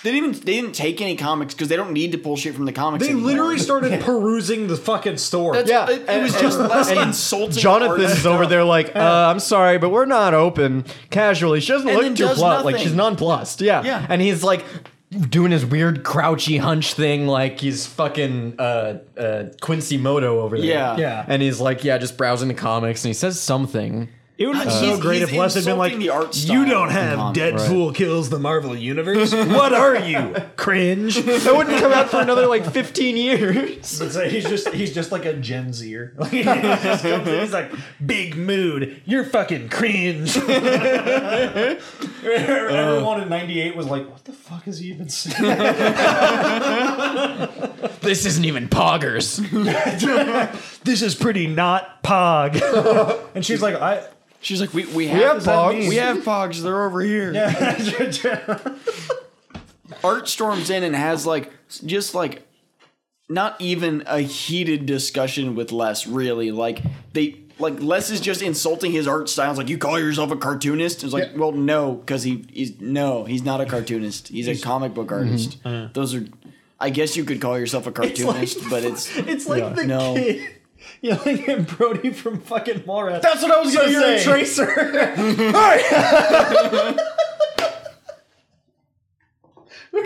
Speaker 1: they didn't even they didn't take any comics because they don't need to pull shit from the comics.
Speaker 2: They
Speaker 1: anymore.
Speaker 2: literally started perusing the fucking store.
Speaker 1: That's-
Speaker 3: Yeah,
Speaker 1: it, it was just less insulting.
Speaker 3: Jonathan
Speaker 1: art.
Speaker 3: is over there like, uh, I'm sorry, but we're not open. Casually, she doesn't
Speaker 1: then
Speaker 3: look too
Speaker 1: does
Speaker 3: plot like
Speaker 1: nothing.
Speaker 3: she's nonplussed. Yeah.
Speaker 1: Yeah.
Speaker 3: and he's like doing his weird crouchy hunch thing, like he's fucking uh, uh, Quincy Moto over there.
Speaker 1: Yeah.
Speaker 2: Yeah.
Speaker 3: and he's like, yeah, just browsing the comics, and he says something.
Speaker 2: it would have been
Speaker 1: He's-
Speaker 2: so great
Speaker 1: he's
Speaker 2: if Les had been like,
Speaker 1: insulting the art style
Speaker 2: "You don't
Speaker 1: Um,
Speaker 2: have Deadpool kills the Marvel universe. what are you, cringe?"
Speaker 3: That wouldn't come out for another like 15 years.
Speaker 2: So he's just he's just like a Gen Zer. Like, he just comes in, he's like, "Big mood, you're fucking cringe."
Speaker 1: Uh.
Speaker 2: Everyone in '98 was like, "What the fuck is he even saying?"
Speaker 3: This isn't even poggers.
Speaker 2: this is pretty not pog. and she's like, "I."
Speaker 1: She's like, we we
Speaker 3: Yeah,
Speaker 1: have
Speaker 3: Pogs.
Speaker 1: we have Pogs. They're over here. Art storms in and has like just like not even a heated discussion with Les. Really, like they like Les is just insulting his art style. It's like you call yourself a cartoonist. It's like,
Speaker 3: Yeah.
Speaker 1: well, no, because he is no, he's not a cartoonist. He's Mm-hmm. Uh-huh. a comic book artist. Those are, I guess you could call yourself a cartoonist, but it's
Speaker 2: It's like the
Speaker 1: No.
Speaker 2: kid yelling at Brody from fucking Mallrats.
Speaker 3: That's what I was
Speaker 2: So
Speaker 3: gonna
Speaker 2: you're
Speaker 3: say.
Speaker 2: a tracer.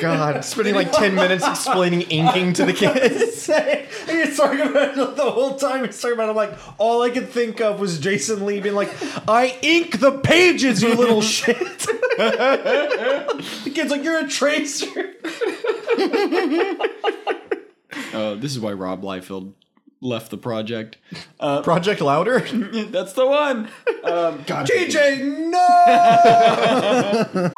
Speaker 3: God, spending like ten minutes explaining inking to the kids.
Speaker 2: Say- and you're talking about it the whole time. You're talking about. it, I'm like, all I could think of was Jason Lee being like, "I ink the pages, you little shit." the kid's like, "You're a tracer."
Speaker 1: uh, this is why Rob Liefeld left the project.
Speaker 3: Project Louder.
Speaker 1: That's the one.
Speaker 2: TJ, no.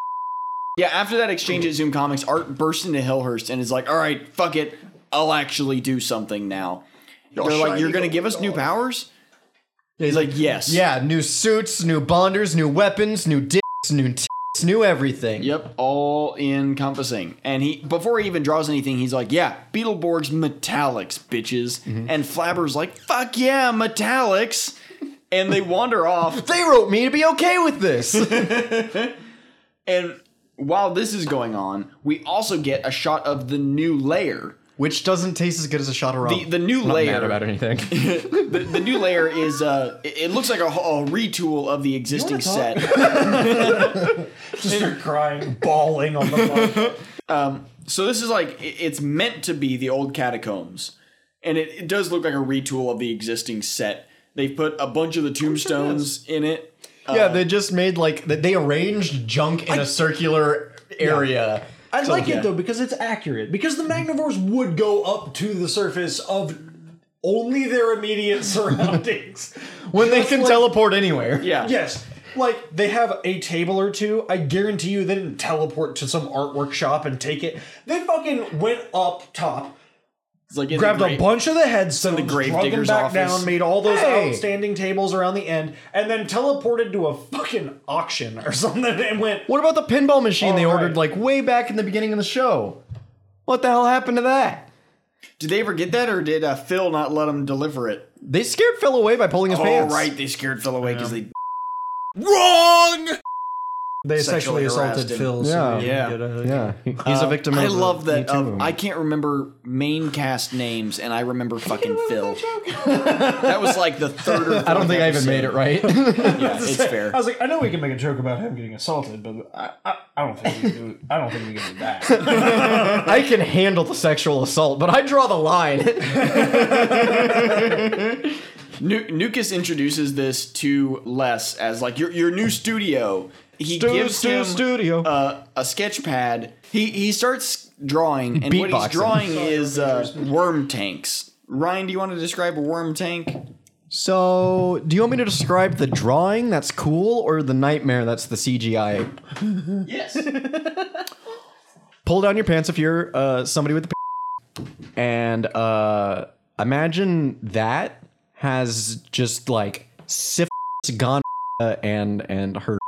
Speaker 1: Yeah, after that exchange at Zoom Comics, Art bursts into Hillhurst and is like, all right, fuck it. I'll actually do something now. They're like,
Speaker 3: shiny
Speaker 1: you're going to
Speaker 3: gold
Speaker 1: give us new powers?
Speaker 3: He's
Speaker 1: He's like, yes.
Speaker 3: yeah, new suits, new bonders, new weapons, new dicks, new tits, new everything.
Speaker 1: Yep, all encompassing. And he before he even draws anything, he's like, "Yeah, Beetleborgs metallics, bitches."
Speaker 3: Mm-hmm.
Speaker 1: And Flabber's like, "Fuck yeah, metallics." And they wander off.
Speaker 3: They wrote me to be okay with this.
Speaker 1: And while this is going on, we also get a shot of the new layer.
Speaker 3: Which doesn't taste as good as a shot of rum.
Speaker 1: The the new
Speaker 3: Not
Speaker 1: layer.
Speaker 3: mad about anything.
Speaker 1: The, the new layer is uh it, it looks like a, whole- a retool of the existing set.
Speaker 2: Just start crying, bawling on the phone.
Speaker 1: So this is like i- it's meant to be the old catacombs, and it, it does look like a retool of the existing set. They've put a bunch of the tombstones in it.
Speaker 2: Um,
Speaker 3: yeah, they just made like th- they arranged junk in a circular area.
Speaker 2: I like
Speaker 1: yeah.
Speaker 2: it though because it's accurate. Because the Magnivores would go up to the surface of only their immediate surroundings.
Speaker 3: When they can teleport anywhere.
Speaker 1: Yeah.
Speaker 2: Yes. Like they have a table or two. I guarantee you they didn't teleport to some artwork shop and take it. They fucking went up top,
Speaker 1: It's like in
Speaker 2: grabbed
Speaker 1: the
Speaker 2: a
Speaker 1: grave-
Speaker 2: bunch of the headstones,
Speaker 1: the grave
Speaker 2: drug them
Speaker 1: digger's
Speaker 2: back
Speaker 1: office.
Speaker 2: down, made all those
Speaker 3: Hey!
Speaker 2: outstanding tables around the end, and then teleported to a fucking auction or something and went.
Speaker 3: What about the pinball machine they
Speaker 2: Oh,
Speaker 3: ordered
Speaker 2: right.
Speaker 3: like way back in the beginning of the show? What the hell happened to that?
Speaker 1: Did they ever get that, or did uh, Phil not let them deliver it?
Speaker 3: They scared Phil away by pulling his
Speaker 1: All right,
Speaker 3: pants.
Speaker 1: they scared Phil away because they.
Speaker 2: They
Speaker 1: Sexually
Speaker 2: sexually assaulted
Speaker 1: harassed him.
Speaker 2: Phil.
Speaker 3: Yeah.
Speaker 2: So
Speaker 1: Yeah.
Speaker 3: Yeah, he- he's a victim.
Speaker 1: I
Speaker 3: of
Speaker 1: love
Speaker 3: the
Speaker 1: that.
Speaker 3: Me Too
Speaker 1: Um,
Speaker 3: movement.
Speaker 1: I can't remember main cast names, and I remember fucking Phil. that was like the third. Or
Speaker 3: I don't think I even made it right.
Speaker 1: Yeah, it's fair.
Speaker 2: I was like, I know we can make a joke about him getting assaulted, but I, I, I don't think we do. I don't think we can do that.
Speaker 3: I can handle the sexual assault, but I draw the line.
Speaker 1: Nu- Nukas introduces this to Les as like your your new studio. He gives him
Speaker 3: studio.
Speaker 1: uh, a sketch pad. He he starts drawing, and what
Speaker 3: Beatboxing.
Speaker 1: he's drawing is uh, worm tanks. Ryan, do you want to describe a worm tank?
Speaker 3: So, do you want me to describe the drawing that's cool or the nightmare that's the CGI?
Speaker 1: Yes.
Speaker 3: Pull down your pants if you're uh, somebody with a p- and uh, imagine that has just like syphilis, gonorrhea, and and her.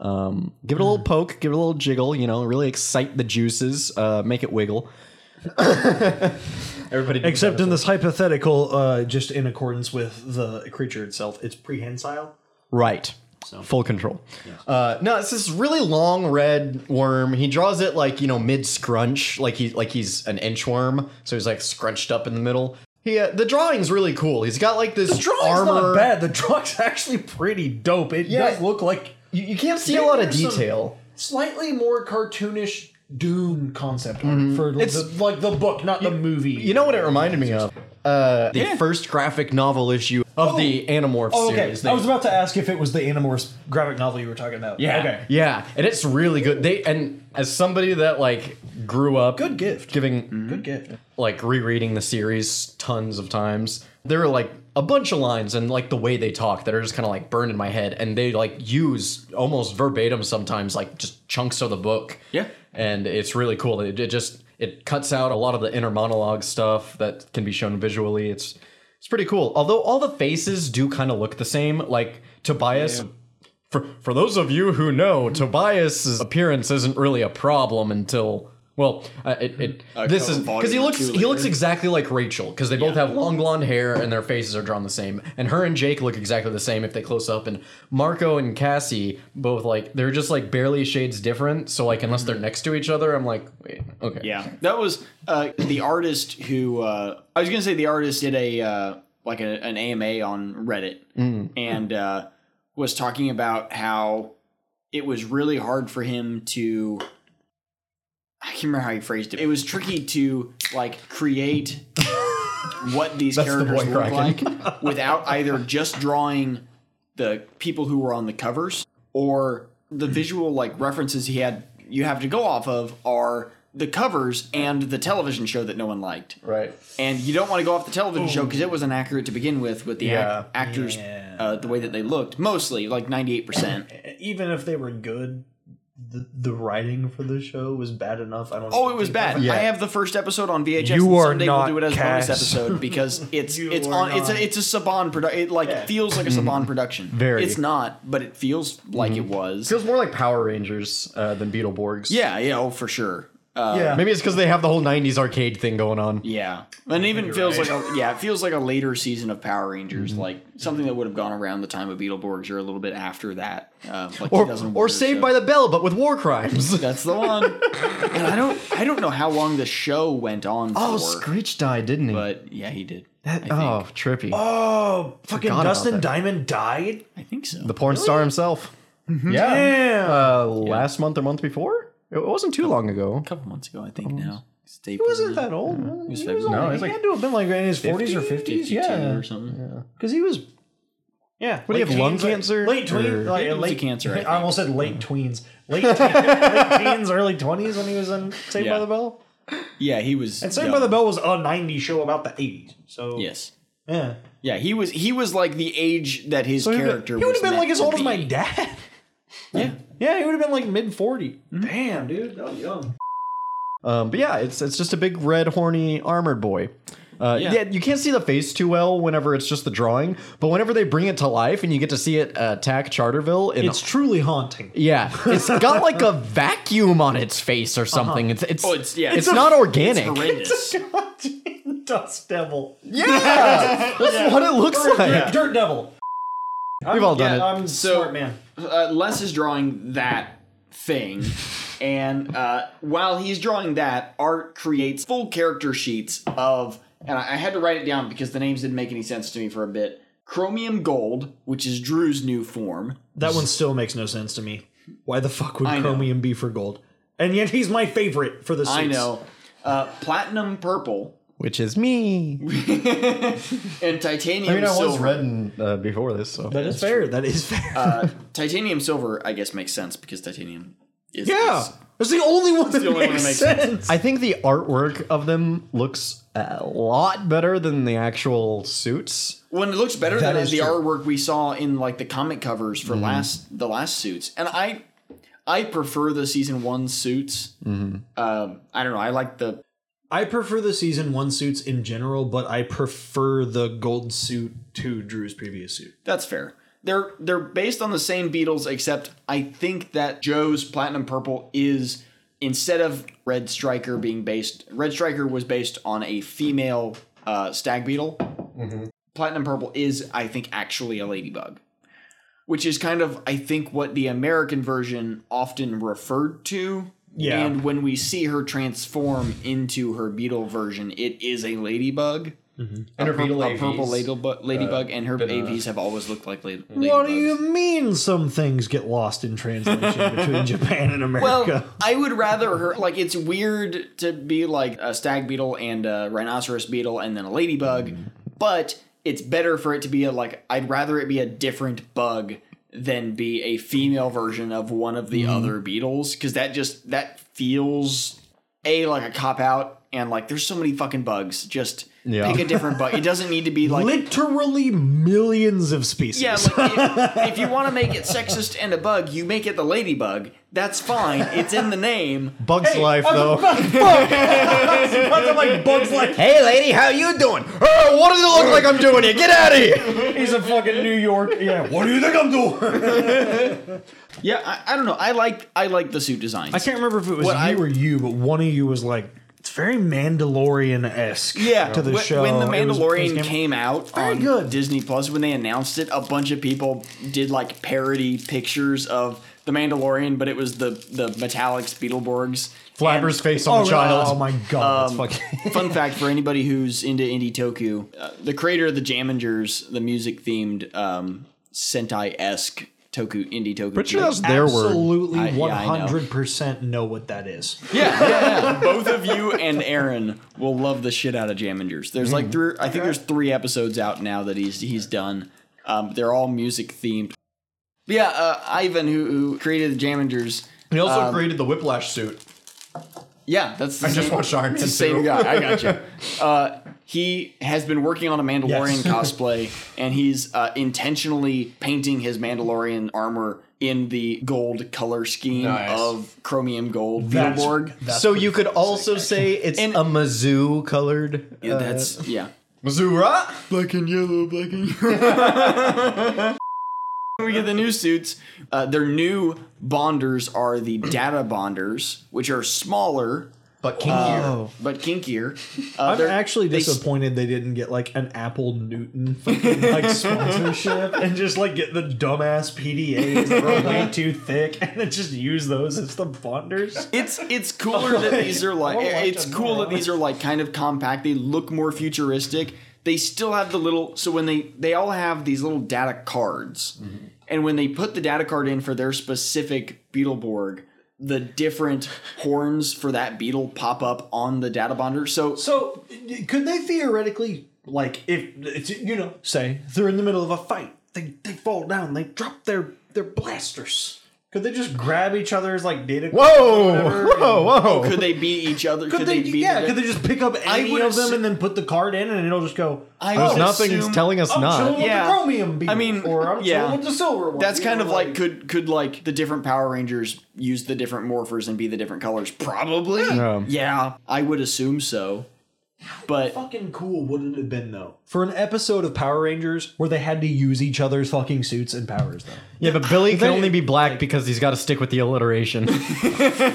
Speaker 3: Um, give it a little poke, give it a little jiggle, you know, really excite the juices, uh, make it wiggle. Everybody, do
Speaker 2: Except
Speaker 3: that.
Speaker 2: in this hypothetical, uh, just in accordance with the creature itself, it's prehensile.
Speaker 3: Right. Full control. Uh, no, it's this really long red worm. He draws it like you know mid scrunch, like he like he's an inchworm, so he's like scrunched up in the middle. He uh, the drawing's really cool. He's got like this
Speaker 2: drawing's
Speaker 3: armor.
Speaker 2: not bad. The drawing's actually pretty dope. It
Speaker 3: Yeah.
Speaker 2: does look like
Speaker 3: You, you can't see a lot of
Speaker 2: There's some-
Speaker 3: detail.
Speaker 2: slightly more cartoonish Dune concept art for
Speaker 3: It's-
Speaker 2: the, like the book, not the movie.
Speaker 3: You know what it reminded me of? Uh, the first graphic novel issue of the Animorphs
Speaker 2: Oh. Okay,
Speaker 3: series.
Speaker 2: I
Speaker 3: They-
Speaker 2: was about to ask if it was the Animorphs graphic novel you were talking about.
Speaker 3: yeah,
Speaker 2: Okay.
Speaker 3: yeah, and it's really good. They and as somebody that like grew up
Speaker 2: Good gift. Mm-hmm.
Speaker 3: giving
Speaker 2: Good gift.
Speaker 3: like rereading the series tons of times. There are like a bunch of lines and like the way they talk that are just kind of like burned in my head, and they like use almost verbatim sometimes, like just chunks of the book.
Speaker 1: Yeah.
Speaker 3: and it's really cool. It, it just it cuts out a lot of the inner monologue stuff that can be shown visually. It's it's pretty cool. Although all the faces do kind of look the same, like Tobias. For, for those of you who know, Tobias's appearance isn't really a problem until Well, uh, it, it,
Speaker 1: Uh,
Speaker 3: this
Speaker 1: cover
Speaker 3: is
Speaker 1: volume
Speaker 3: because he looks
Speaker 1: two
Speaker 3: he looks
Speaker 1: later.
Speaker 3: exactly like Rachel because they both have long blonde hair and their faces are drawn the same. And her and Jake look exactly the same if they close up. And Marco and Cassie both like they're just like barely shades different. So like unless they're next to each other, I'm like, wait, okay,
Speaker 1: Mm-hmm. Yeah, that was uh, the artist who uh, I was gonna say the artist did a uh, like a, an AMA on Reddit
Speaker 2: Mm.
Speaker 1: and uh, was talking about how it was really hard for him to. I can't remember how he phrased it. It was tricky to like create what these
Speaker 3: That's the
Speaker 1: characters
Speaker 3: boy
Speaker 1: look
Speaker 3: Kraken.
Speaker 1: like without either just drawing the people who were on the covers or the
Speaker 3: Hmm.
Speaker 1: visual like references he had you have to go off of are the covers and the television show that no one liked
Speaker 3: right.
Speaker 1: and you don't want to go off the television show because it wasn't accurate to begin with with the ac-
Speaker 3: Yeah.
Speaker 1: actors
Speaker 2: Yeah.
Speaker 1: uh, the way that they looked mostly like 98%
Speaker 2: E, Even if they were good, the, the writing for the show was bad enough. I don't.
Speaker 1: oh
Speaker 2: even
Speaker 1: it was
Speaker 2: think-
Speaker 1: bad
Speaker 3: Yeah.
Speaker 1: i have the first episode on vhs
Speaker 4: You
Speaker 1: and
Speaker 4: are
Speaker 1: someday we'll
Speaker 4: not
Speaker 1: do it as a bonus
Speaker 4: Cass.
Speaker 1: episode because it's
Speaker 2: You
Speaker 1: it's
Speaker 2: are
Speaker 1: on it's
Speaker 2: not.
Speaker 1: a it's a saban production it like
Speaker 2: Yeah.
Speaker 1: feels like a saban production
Speaker 3: Mm-hmm. Very. Mm-hmm.
Speaker 1: it's not but it feels like it was
Speaker 3: Feels more like Power Rangers uh, than Beetleborgs.
Speaker 1: yeah yeah oh for sure uh,
Speaker 2: Yeah.
Speaker 3: Maybe it's because they have the whole '90s arcade thing going on.
Speaker 1: Yeah, and it even feels like a, yeah, it feels like a later season of Power Rangers,
Speaker 3: Mm-hmm.
Speaker 1: like something that would have gone around the time of Beetleborgs or a little bit after that, uh, like
Speaker 3: Or,
Speaker 1: 2001
Speaker 3: or Saved by the Bell, but with war crimes.
Speaker 1: That's the one. and I don't, I don't know how long the show went on.
Speaker 3: oh,
Speaker 1: for,
Speaker 3: Screech died, didn't he?
Speaker 1: but yeah, he did.
Speaker 3: That-
Speaker 1: I
Speaker 3: oh, trippy.
Speaker 2: Oh, fucking
Speaker 3: Forgot about
Speaker 2: Dustin
Speaker 3: that.
Speaker 2: Diamond died.
Speaker 1: I think so.
Speaker 3: The porn star himself. Yeah.
Speaker 2: Damn.
Speaker 3: Uh, last month or month before? It wasn't too long ago.
Speaker 1: a couple months ago, I think now. He
Speaker 3: wasn't that old. He was
Speaker 1: February.
Speaker 3: only-
Speaker 1: No,
Speaker 3: he
Speaker 1: he's
Speaker 3: had
Speaker 2: to have been like in his forties or
Speaker 1: 52
Speaker 2: fifties. Yeah,
Speaker 1: or something.
Speaker 2: because he was. Yeah, what
Speaker 3: do you have, lung cancer?
Speaker 2: Late
Speaker 3: Or-
Speaker 2: tweens, like,
Speaker 1: It was
Speaker 2: late
Speaker 1: a cancer, I
Speaker 2: I, almost said late tweens, late, teen, late teens, early twenties when he was in Saved
Speaker 1: Yeah.
Speaker 2: by the Bell.
Speaker 1: Yeah, he was.
Speaker 2: And Saved
Speaker 1: young.
Speaker 2: by the Bell was a '90s show about the '80s. So
Speaker 1: Yes.
Speaker 2: yeah,
Speaker 1: Yeah, he was. He was like the age that his
Speaker 2: he would
Speaker 1: character.
Speaker 2: have
Speaker 1: was
Speaker 2: been
Speaker 1: meant
Speaker 2: like as
Speaker 1: to
Speaker 2: old as
Speaker 1: be.
Speaker 2: my dad.
Speaker 1: Yeah.
Speaker 2: Yeah, he would have been like mid 40.
Speaker 1: Mm.
Speaker 2: Damn, dude,
Speaker 1: Oh,
Speaker 2: that was young.
Speaker 3: Um, but yeah, it's it's just a big red horny armored boy. Uh, yeah.
Speaker 1: Yeah.
Speaker 3: you can't see the face too well whenever it's just the drawing, but whenever they bring it to life and you get to see it uh, attack Charterville, in,
Speaker 2: It's truly haunting.
Speaker 3: yeah, it's got like a vacuum on its face or something. It's it's
Speaker 1: Oh, it's- yeah,
Speaker 3: Uh-huh. it's,
Speaker 1: it's a-
Speaker 3: not organic.
Speaker 1: Horrendous.
Speaker 2: Goddamn Dust devil.
Speaker 3: yeah, that's what it looks like.
Speaker 2: Dirt devil.
Speaker 3: We've all done
Speaker 1: yeah,
Speaker 3: it.
Speaker 2: I'm
Speaker 1: So-
Speaker 2: smart man.
Speaker 1: uh, Les is drawing that thing, and uh, while he's drawing that, Art creates full character sheets of, and I, I had to write it down because the names didn't make any sense to me for a bit. Chromium Gold, which is Drew's new form.
Speaker 2: That one still makes no sense to me. Why the fuck would
Speaker 1: I know.
Speaker 2: chromium be for gold? And yet he's my favorite for the suits.
Speaker 1: I know. Uh, platinum Purple
Speaker 3: Which is me.
Speaker 1: and Titanium
Speaker 3: I mean, I was
Speaker 1: Silver.
Speaker 3: reading uh, before this, so
Speaker 2: That is fair. That is fair.
Speaker 1: Uh, titanium Silver, I guess, makes sense because titanium is.
Speaker 2: yeah.
Speaker 1: is-
Speaker 2: It's the only one that
Speaker 1: the only one
Speaker 2: makes
Speaker 1: that makes
Speaker 2: sense.
Speaker 3: I think the artwork of them looks a lot better than the actual suits.
Speaker 1: When it looks better
Speaker 3: That
Speaker 1: than
Speaker 3: is
Speaker 1: the
Speaker 3: true. Mm-hmm.
Speaker 1: artwork we saw in like the comic covers for last the last suits, and I I prefer the season one suits.
Speaker 3: Mm-hmm.
Speaker 1: Um, I don't know. I like the
Speaker 2: I prefer the season one suits in general, but I prefer the gold suit to Drew's previous suit.
Speaker 1: that's fair. They're they're based on the same Beatles, except I think that Joe's Platinum Purple is instead of Red Striker being based, Red Striker was based on a female uh, stag beetle. Platinum Purple is, I think, actually a ladybug, which is kind of, I think, what the American version often referred to.
Speaker 2: Yeah.
Speaker 1: And when we see her transform into her beetle version, it is a ladybug.
Speaker 3: And her
Speaker 1: pur-
Speaker 3: beetle
Speaker 1: a Uh, purple
Speaker 3: AVs,
Speaker 1: ladybu- ladybug, and her AVs have always looked like la- ladybugs.
Speaker 2: What do you mean some things get lost in translation between Japan and America?
Speaker 1: Well, I would rather her like it's weird to be like a stag beetle and a rhinoceros beetle and then a ladybug, but it's better for it to be a like I'd rather it be a different bug than be a female version of one of the other beetles because that just that feels a like a cop out and like there's so many fucking bugs. Just
Speaker 3: Yeah.
Speaker 1: pick a different bug. It doesn't need to be like
Speaker 2: Literally millions of species.
Speaker 1: yeah. Like if, if you want to make it sexist and a bug, you make it the ladybug. That's fine. It's in the name.
Speaker 3: Bugs life though.
Speaker 2: I'm like bugs like
Speaker 3: hey lady, how you doing? Oh, what does it look like I'm doing here? Get out of here!
Speaker 2: he's in fucking New York. Yeah. What do you think I'm doing?
Speaker 1: Yeah, I, I don't know. I like I like the suit designs.
Speaker 2: I can't remember if it was
Speaker 1: What
Speaker 2: you
Speaker 1: I-
Speaker 2: or you, but one of you was like, it's very Mandalorian esque.
Speaker 1: yeah,
Speaker 2: To the
Speaker 1: when,
Speaker 2: show.
Speaker 1: when the
Speaker 2: It was- it was
Speaker 1: Mandalorian
Speaker 2: game-
Speaker 1: came out on
Speaker 2: good.
Speaker 1: Disney Plus, when they announced it, a bunch of people did like parody pictures of the Mandalorian, but it was the the Metallics Beetleborgs.
Speaker 3: Flabber's
Speaker 1: And-
Speaker 3: face on
Speaker 2: really?
Speaker 3: the child.
Speaker 2: Oh my god.
Speaker 1: Um,
Speaker 2: that's fucking.
Speaker 1: Fun fact for anybody who's into indie toku, uh, the creator of the Jamingers, the music themed um, Sentai esque toku indie toku.
Speaker 3: Pretty sure
Speaker 1: group.
Speaker 3: that's their word.
Speaker 2: Absolutely
Speaker 1: I- yeah, I know.
Speaker 2: 100% know what that is.
Speaker 1: yeah, yeah, yeah. Both of you and Aaron will love the shit out of Jamingers. There's like three. I think there's three episodes out now that he's he's done. Um, they're all music themed. But yeah, uh, Ivan, who, who created the Jamingers.
Speaker 3: He also created the whiplash suit.
Speaker 1: Yeah, that's. The
Speaker 3: I just
Speaker 1: same-
Speaker 3: watched Iron Man
Speaker 1: Um, It's the same
Speaker 3: 2.
Speaker 1: guy. I got you. Uh, he has been working on a Mandalorian
Speaker 2: Yes.
Speaker 1: cosplay, and he's uh, intentionally painting his Mandalorian armor in the gold color scheme
Speaker 3: Nice.
Speaker 1: of chromium gold
Speaker 2: That's-
Speaker 1: Beetleborg.
Speaker 3: so you could also say it's
Speaker 1: And-
Speaker 3: a Mizzou colored. uh,
Speaker 1: Yeah, that's yeah.
Speaker 3: Mizzou, right?
Speaker 1: Black and yellow, black and yellow. when we get the new suits, uh, their new bonders are the data bonders, which are smaller
Speaker 3: But kinkier.
Speaker 1: but kinkier. Uh,
Speaker 2: I'm
Speaker 1: they're-
Speaker 2: actually
Speaker 1: they s-
Speaker 2: disappointed they didn't get like an Apple Newton fucking like sponsorship and just like get the dumbass PDAs that were way too thick and then just use those as the bonders.
Speaker 1: It's it's cooler that these are like
Speaker 2: I wanna watch
Speaker 1: it's
Speaker 2: them
Speaker 1: cool
Speaker 2: now.
Speaker 1: that these are like kind of compact. They look more futuristic. They still have the little so when they they all have these little data cards, and when they put the data card in for their specific Beetleborg, the different horns for that beetle pop up on the data bonder. So
Speaker 2: So could they theoretically like if it's, you know say they're in the middle of a fight they they fall down they drop their their blasters could they just grab each other's like data
Speaker 3: Whoa! Whoa! Whoa!
Speaker 1: could they beat each other? Could,
Speaker 2: could
Speaker 1: they,
Speaker 2: they,
Speaker 1: beat?
Speaker 2: yeah
Speaker 1: each-
Speaker 2: could they just pick up
Speaker 1: I
Speaker 2: any
Speaker 1: would
Speaker 2: of them
Speaker 1: assu-
Speaker 2: and then put the card in and it'll just go
Speaker 1: I
Speaker 2: oh,
Speaker 1: would
Speaker 3: Nothing's
Speaker 1: assume-
Speaker 3: telling us
Speaker 2: I'm chilling
Speaker 3: not.
Speaker 2: with
Speaker 1: Yeah.
Speaker 2: the chromium beam
Speaker 1: I mean,
Speaker 2: or I'm
Speaker 1: yeah.
Speaker 2: chilling with the silver one
Speaker 1: That's
Speaker 2: you
Speaker 1: kind
Speaker 2: know,
Speaker 1: of like could could like the different Power Rangers use the different morphers and be the different colors? Probably.
Speaker 3: Yeah.
Speaker 1: Yeah, I would assume so. But
Speaker 2: Fucking cool would it have been though for an episode of Power Rangers where they had to use each other's fucking suits and powers though.
Speaker 3: Yeah, but Billy can
Speaker 2: They-
Speaker 3: only be black because he's got to stick with the alliteration.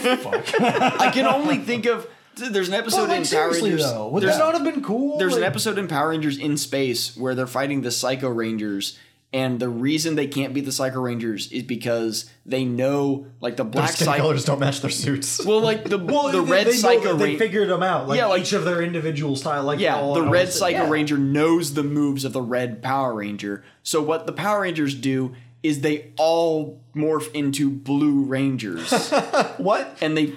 Speaker 1: I can only think of th- there's an episode
Speaker 2: But like
Speaker 1: in Power
Speaker 2: seriously
Speaker 1: Rangers.
Speaker 2: though, would
Speaker 1: there's
Speaker 2: that not have been cool?
Speaker 1: there's an
Speaker 2: Like-
Speaker 1: episode in Power Rangers in space where they're fighting the Psycho Rangers. And the reason they can't beat the Psycho Rangers is because they know, like the black Psycho,
Speaker 3: don't match their suits.
Speaker 1: well, like the the
Speaker 2: they-
Speaker 1: red
Speaker 2: they know
Speaker 1: Psycho
Speaker 2: that they
Speaker 1: Ranger,
Speaker 2: figured them out. Like,
Speaker 1: Yeah, like-
Speaker 2: each of their individual style. Like
Speaker 1: Yeah,
Speaker 2: all
Speaker 1: the
Speaker 2: at
Speaker 1: Red
Speaker 2: once.
Speaker 1: Psycho
Speaker 2: Yeah.
Speaker 1: Ranger knows the moves of the Red Power Ranger. So what the Power Rangers do is they all morph into Blue Rangers,
Speaker 3: what?
Speaker 1: and they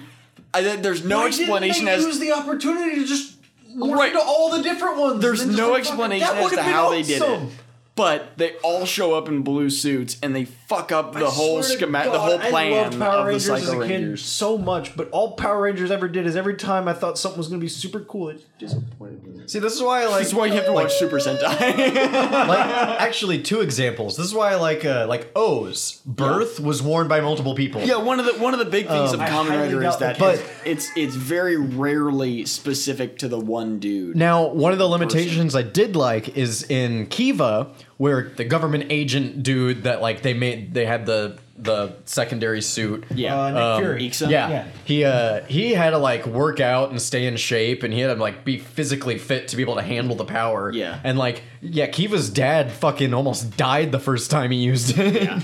Speaker 1: I, th- there's no
Speaker 2: Why didn't
Speaker 1: explanation
Speaker 2: they
Speaker 1: as
Speaker 2: use the opportunity to just look
Speaker 1: Right.
Speaker 2: into all the different ones. and
Speaker 1: there's
Speaker 2: then just
Speaker 1: no
Speaker 2: fucking-
Speaker 1: explanation
Speaker 2: that
Speaker 1: as
Speaker 2: would've
Speaker 1: to
Speaker 2: been
Speaker 1: how they did it.
Speaker 2: awesome.
Speaker 1: But they all show up in blue suits and they fuck up the
Speaker 2: I
Speaker 1: whole
Speaker 2: swear to
Speaker 1: schema- the
Speaker 2: God,
Speaker 1: whole
Speaker 2: I
Speaker 1: plan
Speaker 2: loved Power
Speaker 1: of the
Speaker 2: Rangers as
Speaker 1: Psycho
Speaker 2: a kid
Speaker 1: Rangers.
Speaker 2: so much, but all Power Rangers ever did is every time I thought something was going to be super cool, it disappointed me.
Speaker 3: See, this is why I like.
Speaker 1: That's why you have to watch Super Sentai.
Speaker 3: like actually two examples. This is why I like uh, like O's birth was worn by multiple people.
Speaker 1: yeah, one of the one of the big things of
Speaker 2: I
Speaker 1: Kamen
Speaker 2: highly
Speaker 1: Rider is
Speaker 2: doubt
Speaker 1: that
Speaker 3: that-
Speaker 1: it's- it's it's very rarely specific to the one dude.
Speaker 3: Now, one of the limitations I did like is in Kiva, where the government agent dude that like they made they had the the secondary suit.
Speaker 1: yeah,
Speaker 2: Uh, Nick Fury.
Speaker 1: Ixa?
Speaker 3: Yeah.
Speaker 2: Yeah.
Speaker 3: He uh he had to like work out and stay in shape and he had to like be physically fit to be able to handle the power.
Speaker 1: Yeah.
Speaker 3: And like yeah, Kiva's dad fucking almost died the first time he used it. Yeah.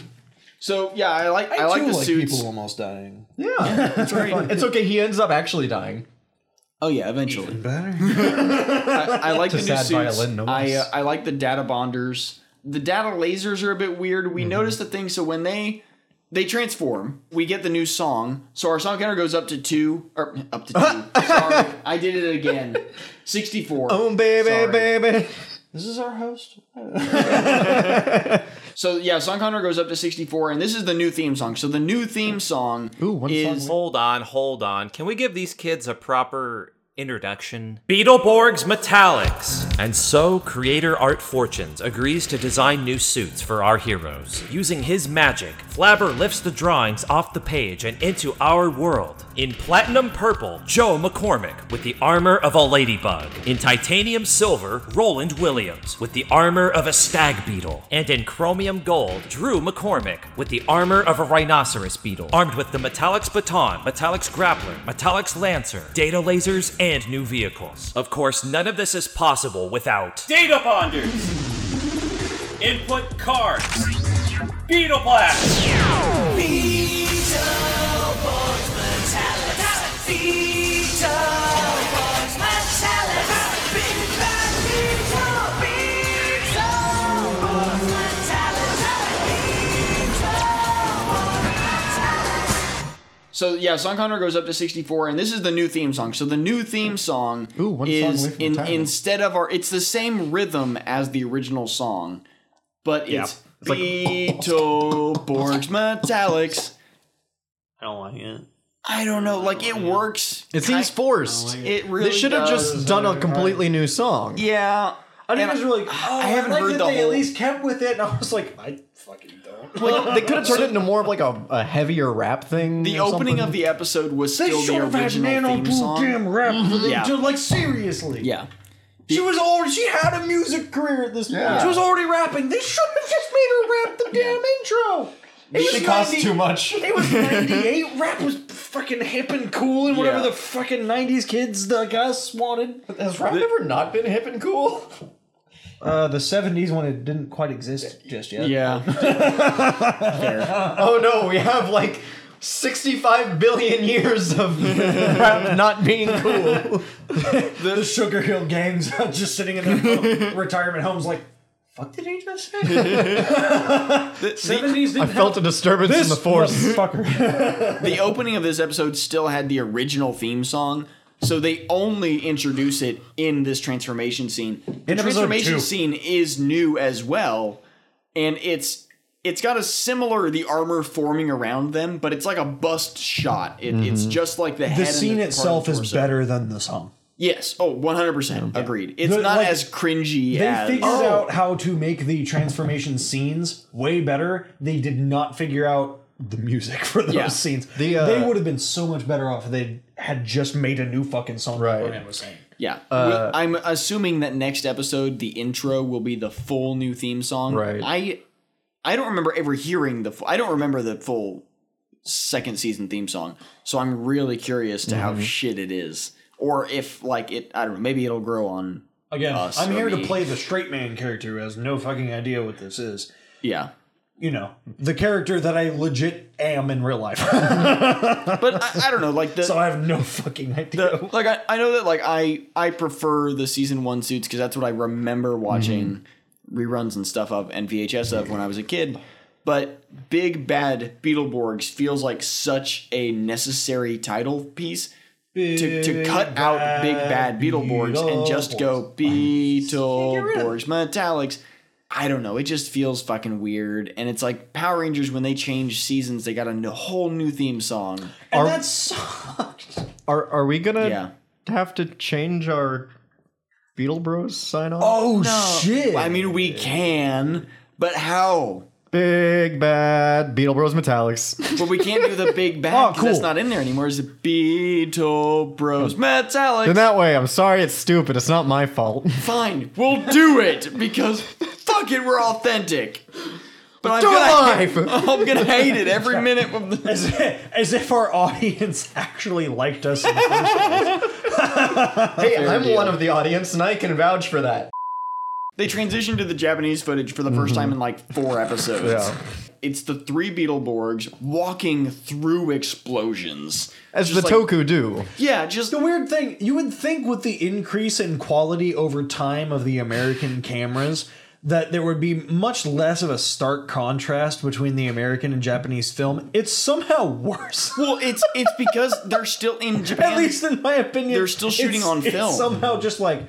Speaker 1: So yeah, I like I, like the suits.
Speaker 4: almost dying.
Speaker 1: It's great.
Speaker 3: It's okay, he ends up actually dying.
Speaker 1: oh yeah, eventually. I, I like the new
Speaker 3: sad
Speaker 1: suits.
Speaker 3: violin noise.
Speaker 1: I uh, I like the data bonders. The data lasers are a bit weird. We noticed the thing. So when they they transform, we get the new song. So our song counter goes up to two or up to two. Sorry, I did it again. Sixty four.
Speaker 3: Oh baby,
Speaker 1: Sorry.
Speaker 3: baby.
Speaker 4: This is our host.
Speaker 1: So yeah, song counter goes up to sixty four, and this is the new theme song. So the new theme song
Speaker 3: Ooh, one song
Speaker 1: is
Speaker 5: Hold on, hold on. Can we give these kids a proper Introduction Beetleborg's Metallics! And so, creator Art Fortunes agrees to design new suits for our heroes. Using his magic, Flabber lifts the drawings off the page and into our world. In platinum purple, Joe McCormick with the armor of a ladybug. In titanium silver, Roland Williams with the armor of a stag beetle. And in chromium gold, Drew McCormick with the armor of a rhinoceros beetle. Armed with the Metallics baton, Metallics grappler, Metallics lancer, data lasers, and new vehicles. Of course, none of this is possible without data bonders, input cards, beetle blast.
Speaker 1: So yeah, Song Hunter goes up to 64, and this is the new theme song. So the new theme song
Speaker 6: Ooh, one song
Speaker 1: is
Speaker 6: away from
Speaker 1: in,
Speaker 6: retirement.
Speaker 1: instead of our, it's the same rhythm as the original song, but it's Beetleborgs Metallics.
Speaker 4: I don't like it.
Speaker 1: I don't know, like it works.
Speaker 3: It seems
Speaker 1: I-
Speaker 3: forced.
Speaker 1: Oh, It really
Speaker 3: they should have
Speaker 1: does.
Speaker 3: just done a completely new song.
Speaker 1: yeah.
Speaker 2: I think it
Speaker 1: And
Speaker 2: was really. Oh, I
Speaker 1: haven't
Speaker 2: like
Speaker 1: heard
Speaker 2: that
Speaker 1: the
Speaker 2: they
Speaker 1: whole-
Speaker 2: at least kept with it, and I was like, I fucking don't.
Speaker 3: Like they could have turned it into more of like a, a heavier rap thing.
Speaker 1: The
Speaker 3: or
Speaker 1: opening
Speaker 3: something.
Speaker 1: of the episode was
Speaker 2: They
Speaker 1: still the
Speaker 2: should have had
Speaker 1: original
Speaker 2: Nano
Speaker 1: theme
Speaker 2: Blue
Speaker 1: song. Mm-hmm.
Speaker 2: damn rap for the
Speaker 1: Yeah.
Speaker 2: dude, Like seriously.
Speaker 1: Yeah.
Speaker 2: She was already. She had a music career at this
Speaker 6: Yeah.
Speaker 2: point. She was already rapping. They should have just made her rap the damn intro. It was
Speaker 6: It costs
Speaker 2: 90
Speaker 6: too much.
Speaker 2: It was 98. Rap was fucking hip and cool and whatever
Speaker 1: Yeah.
Speaker 2: the fucking 90s kids, like us, wanted.
Speaker 6: Has rap ever not been hip and cool?
Speaker 2: Uh, the 70s when it didn't quite exist just yet.
Speaker 1: Yeah.
Speaker 3: Oh no, we have like 65 billion years of rap not being cool.
Speaker 2: The, Sugar Hill gangs just sitting in their home- retirement homes like, fuck did he just say? 70s didn't
Speaker 3: I felt a disturbance in the force.
Speaker 2: Fucker.
Speaker 1: the opening of this episode still had the original theme song, so they only introduce it in this transformation scene. The
Speaker 2: In episode
Speaker 1: transformation
Speaker 2: two.
Speaker 1: scene is new as well, and it's it's got a similar the armor forming around them, but it's like a bust shot. It, It's just like the, head
Speaker 2: The
Speaker 1: and
Speaker 2: scene
Speaker 1: part of
Speaker 2: itself
Speaker 1: the
Speaker 2: is
Speaker 1: torso.
Speaker 2: better than the song.
Speaker 1: Yes. Oh, 100% agreed. It's
Speaker 2: The-
Speaker 1: not
Speaker 2: like,
Speaker 1: as cringy
Speaker 2: They
Speaker 1: as Oh,
Speaker 2: figured out how to make the transformation scenes way better. They did not figure out the music for those
Speaker 1: Yeah.
Speaker 2: scenes.
Speaker 3: The, uh,
Speaker 2: they would have been so much better off if they had just made a new fucking song.
Speaker 3: Right.
Speaker 2: Brian was saying.
Speaker 1: Yeah. We- I'm assuming that next episode the intro will be the full new theme song.
Speaker 3: Right.
Speaker 1: I I don't remember ever hearing the fu- I don't remember the full second season theme song. So I'm really curious to how shit it is or if like it I don't know maybe it'll grow on
Speaker 2: Again,
Speaker 1: Us
Speaker 2: I'm
Speaker 1: or
Speaker 2: here to
Speaker 1: me.
Speaker 2: play the straight man character who has no fucking idea what this is.
Speaker 1: yeah.
Speaker 2: You know, the character that I legit am in real life.
Speaker 1: But I, I don't know like the
Speaker 2: so I have no fucking idea.
Speaker 1: the- like I, I know that like I I prefer the season one suits because that's what I remember watching reruns and stuff of and VHS of when I was a kid. But Big Bad Beetleborgs feels like such a necessary title piece to, to cut out Big Bad Beetleborgs and just go Beetleborgs Metallics. I don't know. It just feels fucking weird. And it's like Power Rangers when they change seasons, they got a n- whole new theme song.
Speaker 2: and that sucked.
Speaker 3: Are are we gonna
Speaker 1: Yeah.
Speaker 3: have to change our Beetle Bros sign off?
Speaker 2: Oh shit!
Speaker 1: I mean, we can, but how?
Speaker 3: Big bad Beetle Bros Metallics.
Speaker 1: But we can't do the big bad
Speaker 2: Oh,
Speaker 1: 'cause that's
Speaker 2: cool. Mm.
Speaker 1: not in there anymore. It's the Beetle Bros Metallic.
Speaker 3: In that way, I'm sorry it's stupid. It's not my fault.
Speaker 1: Fine, we'll do it because fuck it, we're authentic. But I'm
Speaker 3: Do it
Speaker 1: gonna,
Speaker 3: live!
Speaker 1: I'm gonna hate it every minute of the.
Speaker 2: as, as if our audience actually liked us. in the first place.
Speaker 3: hey, I'm one of the audience and I can vouch for that.
Speaker 1: They transitioned to the Japanese footage for the 1st
Speaker 2: Mm-hmm.
Speaker 1: time in like four episodes.
Speaker 3: Yeah.
Speaker 1: It's the three Beetleborgs walking through explosions.
Speaker 3: As
Speaker 1: Just
Speaker 3: the
Speaker 1: like-
Speaker 3: Toku do.
Speaker 1: Yeah, just
Speaker 2: the weird thing you would think with the increase in quality over time of the American cameras that there would be much less of a stark contrast between the American and Japanese film. It's somehow worse.
Speaker 1: well, it's it's because they're still in Japan.
Speaker 2: At least in my opinion,
Speaker 1: They're still shooting
Speaker 2: it's-
Speaker 1: on
Speaker 2: it's
Speaker 1: film.
Speaker 2: somehow just like,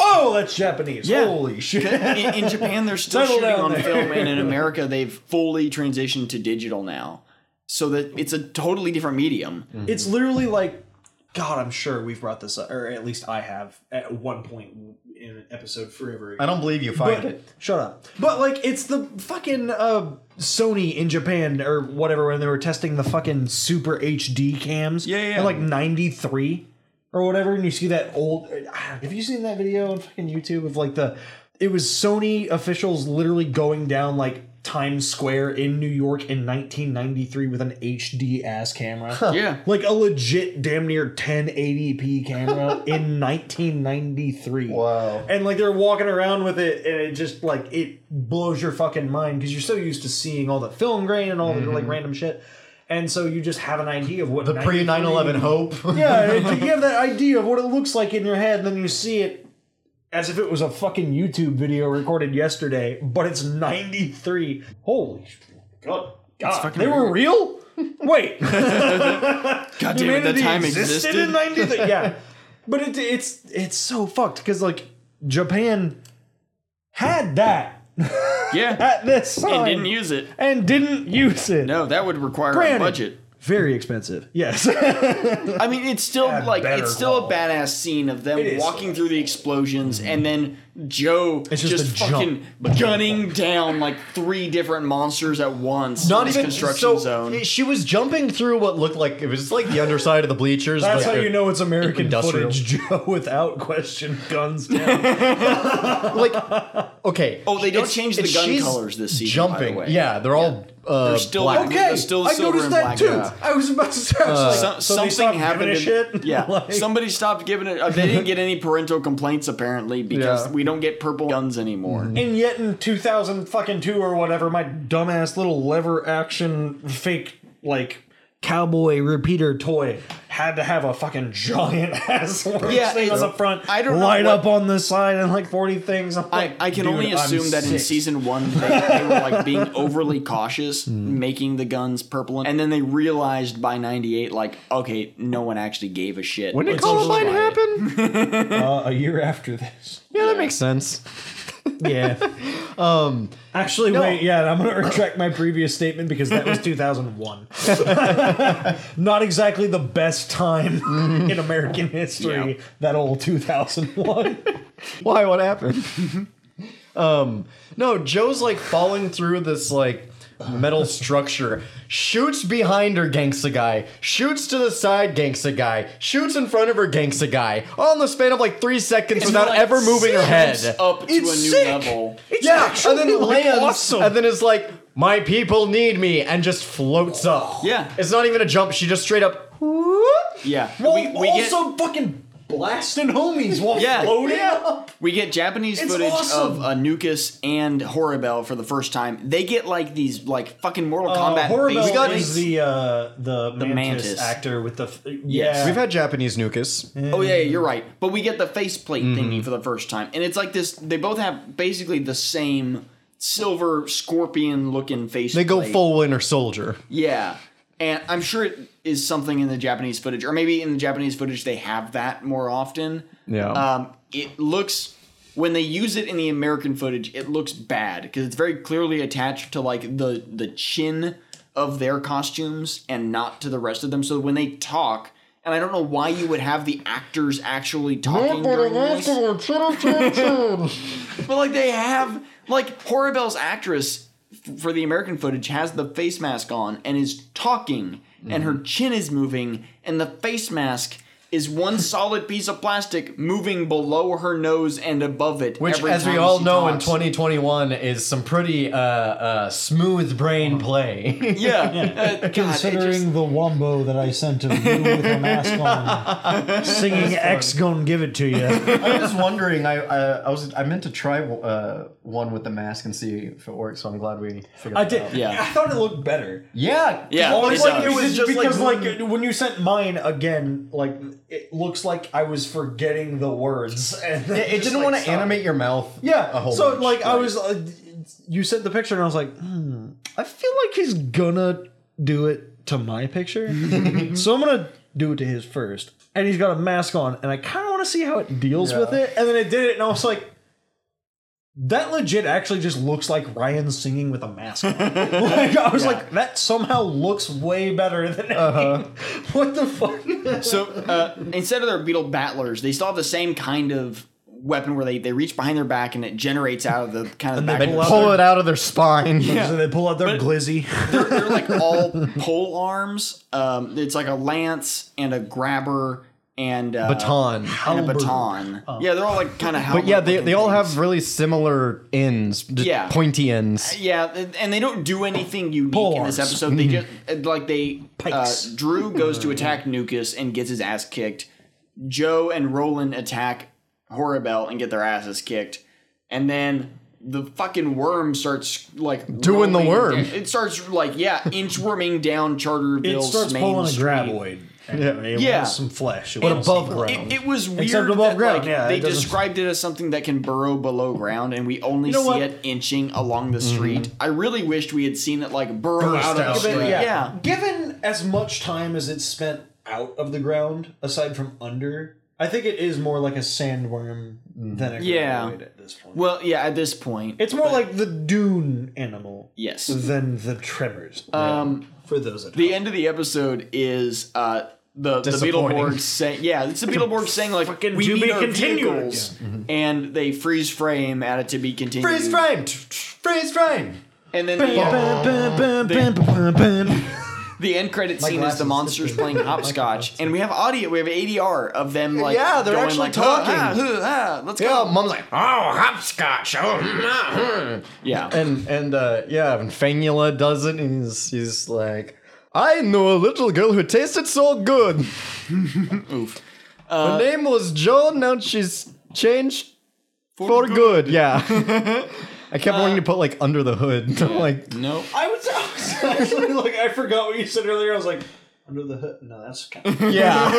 Speaker 2: oh, that's Japanese.
Speaker 1: Yeah.
Speaker 2: Holy shit!
Speaker 1: in, in Japan, they're still
Speaker 2: Settle
Speaker 1: shooting
Speaker 2: down
Speaker 1: on
Speaker 2: there.
Speaker 1: film, and in America, they've fully
Speaker 2: Mm.
Speaker 1: transitioned to digital now, so that it's a totally different medium.
Speaker 2: It's literally like God, I'm sure we've brought this up, or at least I have at one point in an episode forever ago.
Speaker 3: I don't believe you find
Speaker 2: But,
Speaker 3: it.
Speaker 2: shut up. But like, it's the fucking uh, Sony in Japan or whatever when they were testing the fucking super HD cams.
Speaker 1: Yeah, yeah,
Speaker 2: In like
Speaker 1: yeah.
Speaker 2: '93 or whatever, and you see that old. Have you seen that video on fucking YouTube of like the? It was Sony officials literally going down like Times Square in New York in 1993 with an HD ass camera.
Speaker 1: Yeah.
Speaker 2: Like a legit damn near 1080p camera in 1993.
Speaker 3: Wow.
Speaker 2: And like they're walking around with it, and it just like it blows your fucking mind because you're so used to seeing all the film grain and all the like random shit, and so you just have an idea of what
Speaker 3: The pre 9 11 hope.
Speaker 2: Yeah, and you have that idea of what it looks like in your head, and then you see it as if it was a fucking YouTube video recorded yesterday, but it's 93. Holy sh- god, god,
Speaker 1: fucking
Speaker 2: they were
Speaker 1: weird.
Speaker 2: real. Wait,
Speaker 1: God damn it, that
Speaker 2: Humanity
Speaker 1: time existed.
Speaker 2: in 93. Yeah. But it, it's it's so fucked because like Japan had that
Speaker 1: yeah.
Speaker 2: at this time
Speaker 1: And didn't use it.
Speaker 2: and didn't use it.
Speaker 1: No, that would require
Speaker 2: Granted.
Speaker 1: a budget.
Speaker 2: Very expensive. Yes.
Speaker 1: I mean, it's still like
Speaker 2: better
Speaker 1: it's still
Speaker 2: quality.
Speaker 1: a badass scene of them
Speaker 2: is.
Speaker 1: walking through the explosions, and then Joe
Speaker 2: It's
Speaker 1: just,
Speaker 2: just a
Speaker 1: fucking gunning down like three different monsters at once. in
Speaker 3: Not
Speaker 1: this
Speaker 3: even
Speaker 1: construction
Speaker 3: so,
Speaker 1: zone.
Speaker 3: She was jumping through what looked like it was like the underside of the bleachers.
Speaker 2: That's
Speaker 3: but
Speaker 2: how
Speaker 3: it-
Speaker 2: you know it's American
Speaker 3: Industrial.
Speaker 2: footage, Joe, without question, guns down.
Speaker 3: Like, okay.
Speaker 1: Oh, they don't
Speaker 3: it's-
Speaker 1: change the
Speaker 3: it's-
Speaker 1: gun
Speaker 3: she's
Speaker 1: colors this season, by the
Speaker 3: Jumping.
Speaker 1: way.
Speaker 3: Yeah, they're all. Uh,
Speaker 1: They're still
Speaker 3: black.
Speaker 1: Okay, There's still
Speaker 2: I
Speaker 1: silver
Speaker 2: noticed
Speaker 1: and
Speaker 2: that
Speaker 1: black
Speaker 2: too.
Speaker 1: guy.
Speaker 2: I was about to say, I was like,
Speaker 1: So-
Speaker 2: so
Speaker 1: something
Speaker 2: they Uh, stopped
Speaker 1: happened.
Speaker 2: giving a
Speaker 1: in-
Speaker 2: shit.
Speaker 1: Yeah,
Speaker 2: Like-
Speaker 1: somebody stopped giving it. uh, They didn't get any parental complaints apparently because
Speaker 3: Yeah.
Speaker 1: we don't get purple guns anymore.
Speaker 2: And yet in 2000 fucking two or whatever, my dumbass little lever action fake like cowboy repeater toy had to have a fucking giant ass orange
Speaker 1: Yeah,
Speaker 2: thing on
Speaker 1: it's-
Speaker 2: the front,
Speaker 1: I don't know
Speaker 2: light
Speaker 1: what-
Speaker 2: up on the side, and like 40 things. I'm
Speaker 1: I,
Speaker 2: like,
Speaker 1: I can
Speaker 2: dude,
Speaker 1: only
Speaker 2: I'm
Speaker 1: assume that in
Speaker 2: sick.
Speaker 1: season one they, they were like being overly cautious,
Speaker 2: Mm-hmm.
Speaker 1: making the guns purple, and then they realized by '98, like, okay, no one actually gave a shit.
Speaker 7: When did
Speaker 1: Let's
Speaker 7: Columbine
Speaker 1: just buy it.
Speaker 7: happen?
Speaker 2: uh, a year after this.
Speaker 7: Yeah, that makes sense.
Speaker 2: Yeah. um. Actually, wait. Yeah, I'm gonna retract my previous statement because that was 2001. Not exactly the best time in American history.
Speaker 1: Yeah.
Speaker 2: That old 2001.
Speaker 3: Why? What happened? um, no, Joe's like falling through this like metal structure, shoots behind her gangsta guy, shoots to the side gangsta guy, shoots in front of her gangsta guy, all in the span of like three seconds without
Speaker 1: like,
Speaker 3: ever moving her
Speaker 1: steps
Speaker 3: head.
Speaker 1: up to
Speaker 3: It's
Speaker 1: a new
Speaker 3: sick.
Speaker 1: level.
Speaker 3: yeah, and then
Speaker 2: actually, like,
Speaker 3: lands,
Speaker 2: awesome.
Speaker 3: and then is like, "My people need me," and just floats up.
Speaker 1: Yeah.
Speaker 3: it's not even a jump. She just straight up.
Speaker 1: Yeah,
Speaker 2: Well,
Speaker 1: we, we get
Speaker 2: also fucking blasting homies while
Speaker 1: Yeah.
Speaker 2: floating
Speaker 3: Yeah.
Speaker 2: up.
Speaker 1: we get Japanese
Speaker 2: It's
Speaker 1: footage
Speaker 2: awesome.
Speaker 1: of uh, Nukas and Horibel for the first time. They get like these like fucking Mortal Kombat.
Speaker 2: Horrible
Speaker 1: face
Speaker 3: got-
Speaker 1: plates.
Speaker 2: Uh, is the uh, the, mantis,
Speaker 1: mantis.
Speaker 2: actor with the f- yeah.
Speaker 3: We've had Japanese nukas.
Speaker 1: Oh yeah, yeah, you're right. But we get the faceplate
Speaker 3: Mm-hmm.
Speaker 1: thingy for the first time, and it's like this. They both have basically the same silver scorpion looking face.
Speaker 3: They go full Winter Soldier.
Speaker 1: Yeah, and I'm sure it is something in the Japanese footage, or maybe in the Japanese footage they have that more often.
Speaker 3: Yeah.
Speaker 1: Um, it looks when they use it in the American footage, it looks bad because it's very clearly attached to like the the chin of their costumes and not to the rest of them. So when they talk, and I don't know why you would have the actors actually talking during this, but like they have like Horrible's actress f- for the American footage has the face mask on and is talking, and
Speaker 3: Mm-hmm.
Speaker 1: her chin is moving, and the face mask. Is one solid piece of plastic moving below her nose and above it,
Speaker 3: Which,
Speaker 1: every
Speaker 3: as we
Speaker 1: time
Speaker 3: all
Speaker 1: she
Speaker 3: know, in
Speaker 1: talks.
Speaker 3: 2021 is some pretty uh, uh, smooth brain play.
Speaker 1: yeah, Uh, God, it
Speaker 2: Considering
Speaker 1: just-
Speaker 2: the wombo that I sent to you with a mask on, singing X gonna give it to you.
Speaker 3: I was wondering. I uh, I was I meant to try uh, one with the mask and see if it works. So I'm glad we figured.
Speaker 2: I
Speaker 3: it
Speaker 2: did.
Speaker 3: Out.
Speaker 1: Yeah.
Speaker 2: I thought it looked better.
Speaker 3: Yeah.
Speaker 1: Yeah,
Speaker 2: Well,
Speaker 1: it
Speaker 2: it's like
Speaker 1: does.
Speaker 2: it was
Speaker 3: It's just
Speaker 2: because
Speaker 3: like-
Speaker 2: like, when you sent mine again, like it looks like I was forgetting the words. And
Speaker 3: It, it didn't want to animate your mouth.
Speaker 2: Yeah.
Speaker 3: A whole
Speaker 2: so
Speaker 3: bunch.
Speaker 2: like I was, uh, you sent the picture and I was like, hmm, I feel like he's gonna do it to my picture, so I'm gonna do it to his first. And he's got a mask on, and I kind of want to see how it deals with it. And then it did it, and I was like, that legit actually just looks like Ryan singing with a mask on. like, I was like, that somehow looks way better than What the fuck?
Speaker 1: So uh, instead of their beetle battlers, they still have the same kind of weapon where they, they reach behind their back and it generates out of the kind of the back.
Speaker 2: they
Speaker 1: of
Speaker 2: pull
Speaker 1: their-
Speaker 2: out-
Speaker 8: Pull it out of their spine.
Speaker 2: So they pull out their glizzy.
Speaker 1: They're, they're like all pole arms. Um, it's like a lance and a grabber and uh,
Speaker 8: Baton.
Speaker 1: and a baton. Yeah, they're all like kind of.
Speaker 8: But yeah, they, they all have really similar ends, just
Speaker 1: Yeah.
Speaker 8: pointy ends.
Speaker 1: Uh, Yeah, and- and they don't do anything unique
Speaker 2: Pole
Speaker 1: in this
Speaker 2: arms.
Speaker 1: episode. They just like they uh,
Speaker 2: Mm-hmm. Pikes.
Speaker 1: Drew goes to attack Nukas and gets his ass kicked. Joe and Roland attack Horabel and get their asses kicked. And then the fucking worm starts like
Speaker 8: Doing the
Speaker 1: rolling
Speaker 8: worm.
Speaker 1: down- It starts like yeah, inchworming down Charterville.
Speaker 2: It starts
Speaker 1: Main
Speaker 2: pulling
Speaker 1: Street.
Speaker 2: a graboid. Yeah, it
Speaker 1: Yeah.
Speaker 2: wants some flesh. It
Speaker 1: But
Speaker 2: wants
Speaker 8: above
Speaker 2: some-
Speaker 8: ground.
Speaker 1: It, it was weird.
Speaker 2: Except above
Speaker 1: that,
Speaker 2: ground,
Speaker 1: like,
Speaker 2: yeah,
Speaker 1: they
Speaker 2: it doesn't-
Speaker 1: described it as something that can burrow below ground, and we only
Speaker 2: know
Speaker 1: see
Speaker 2: what?
Speaker 1: it inching along the street. I really wished we had seen it like burrow
Speaker 8: Burst
Speaker 1: out of the
Speaker 8: out,
Speaker 1: street.
Speaker 2: Given,
Speaker 1: Yeah.
Speaker 2: yeah. Given as much time as it's spent out of the ground, aside from under, I think it is more like a sandworm than a
Speaker 1: Yeah.
Speaker 2: graboid at this point.
Speaker 1: Well, yeah. At this point,
Speaker 2: it's more like the dune animal
Speaker 1: yes.
Speaker 2: than the tremors.
Speaker 1: Um,
Speaker 2: for those at
Speaker 1: the
Speaker 2: home.
Speaker 1: end of the episode is uh, the the
Speaker 8: Disappointing.
Speaker 1: Beetleborgs saying, "Yeah, it's the Beetleborgs saying like
Speaker 2: fucking
Speaker 1: we
Speaker 2: to
Speaker 1: need
Speaker 2: be
Speaker 1: our
Speaker 2: continued."
Speaker 1: vehicles," and they freeze frame at it to be continued.
Speaker 8: Freeze frame! Freeze frame!
Speaker 1: and then the, uh, the end credit scene is the
Speaker 2: glasses.
Speaker 1: monsters playing hopscotch, and we have audio, we have ADR of them like
Speaker 8: Yeah, they're
Speaker 1: going
Speaker 8: actually
Speaker 1: like,
Speaker 8: talking.
Speaker 1: "Ah, ah, huh, ah, let's
Speaker 8: Yeah,
Speaker 1: go.
Speaker 8: mom's like, oh, hopscotch. Oh, mm, mm."
Speaker 1: Yeah,
Speaker 8: and and uh, yeah, and Fangula does it, and he's, he's like, I know a little girl who tasted so good. Oof.
Speaker 1: Uh,
Speaker 8: Her name was Joan, now she's changed for, good. Yeah. I kept wanting to
Speaker 1: Uh,
Speaker 8: put like under the hood. like,
Speaker 1: no.
Speaker 2: I was, I was actually like, I forgot what you said earlier. I was like, under the hood. No, that's kind of.
Speaker 8: yeah.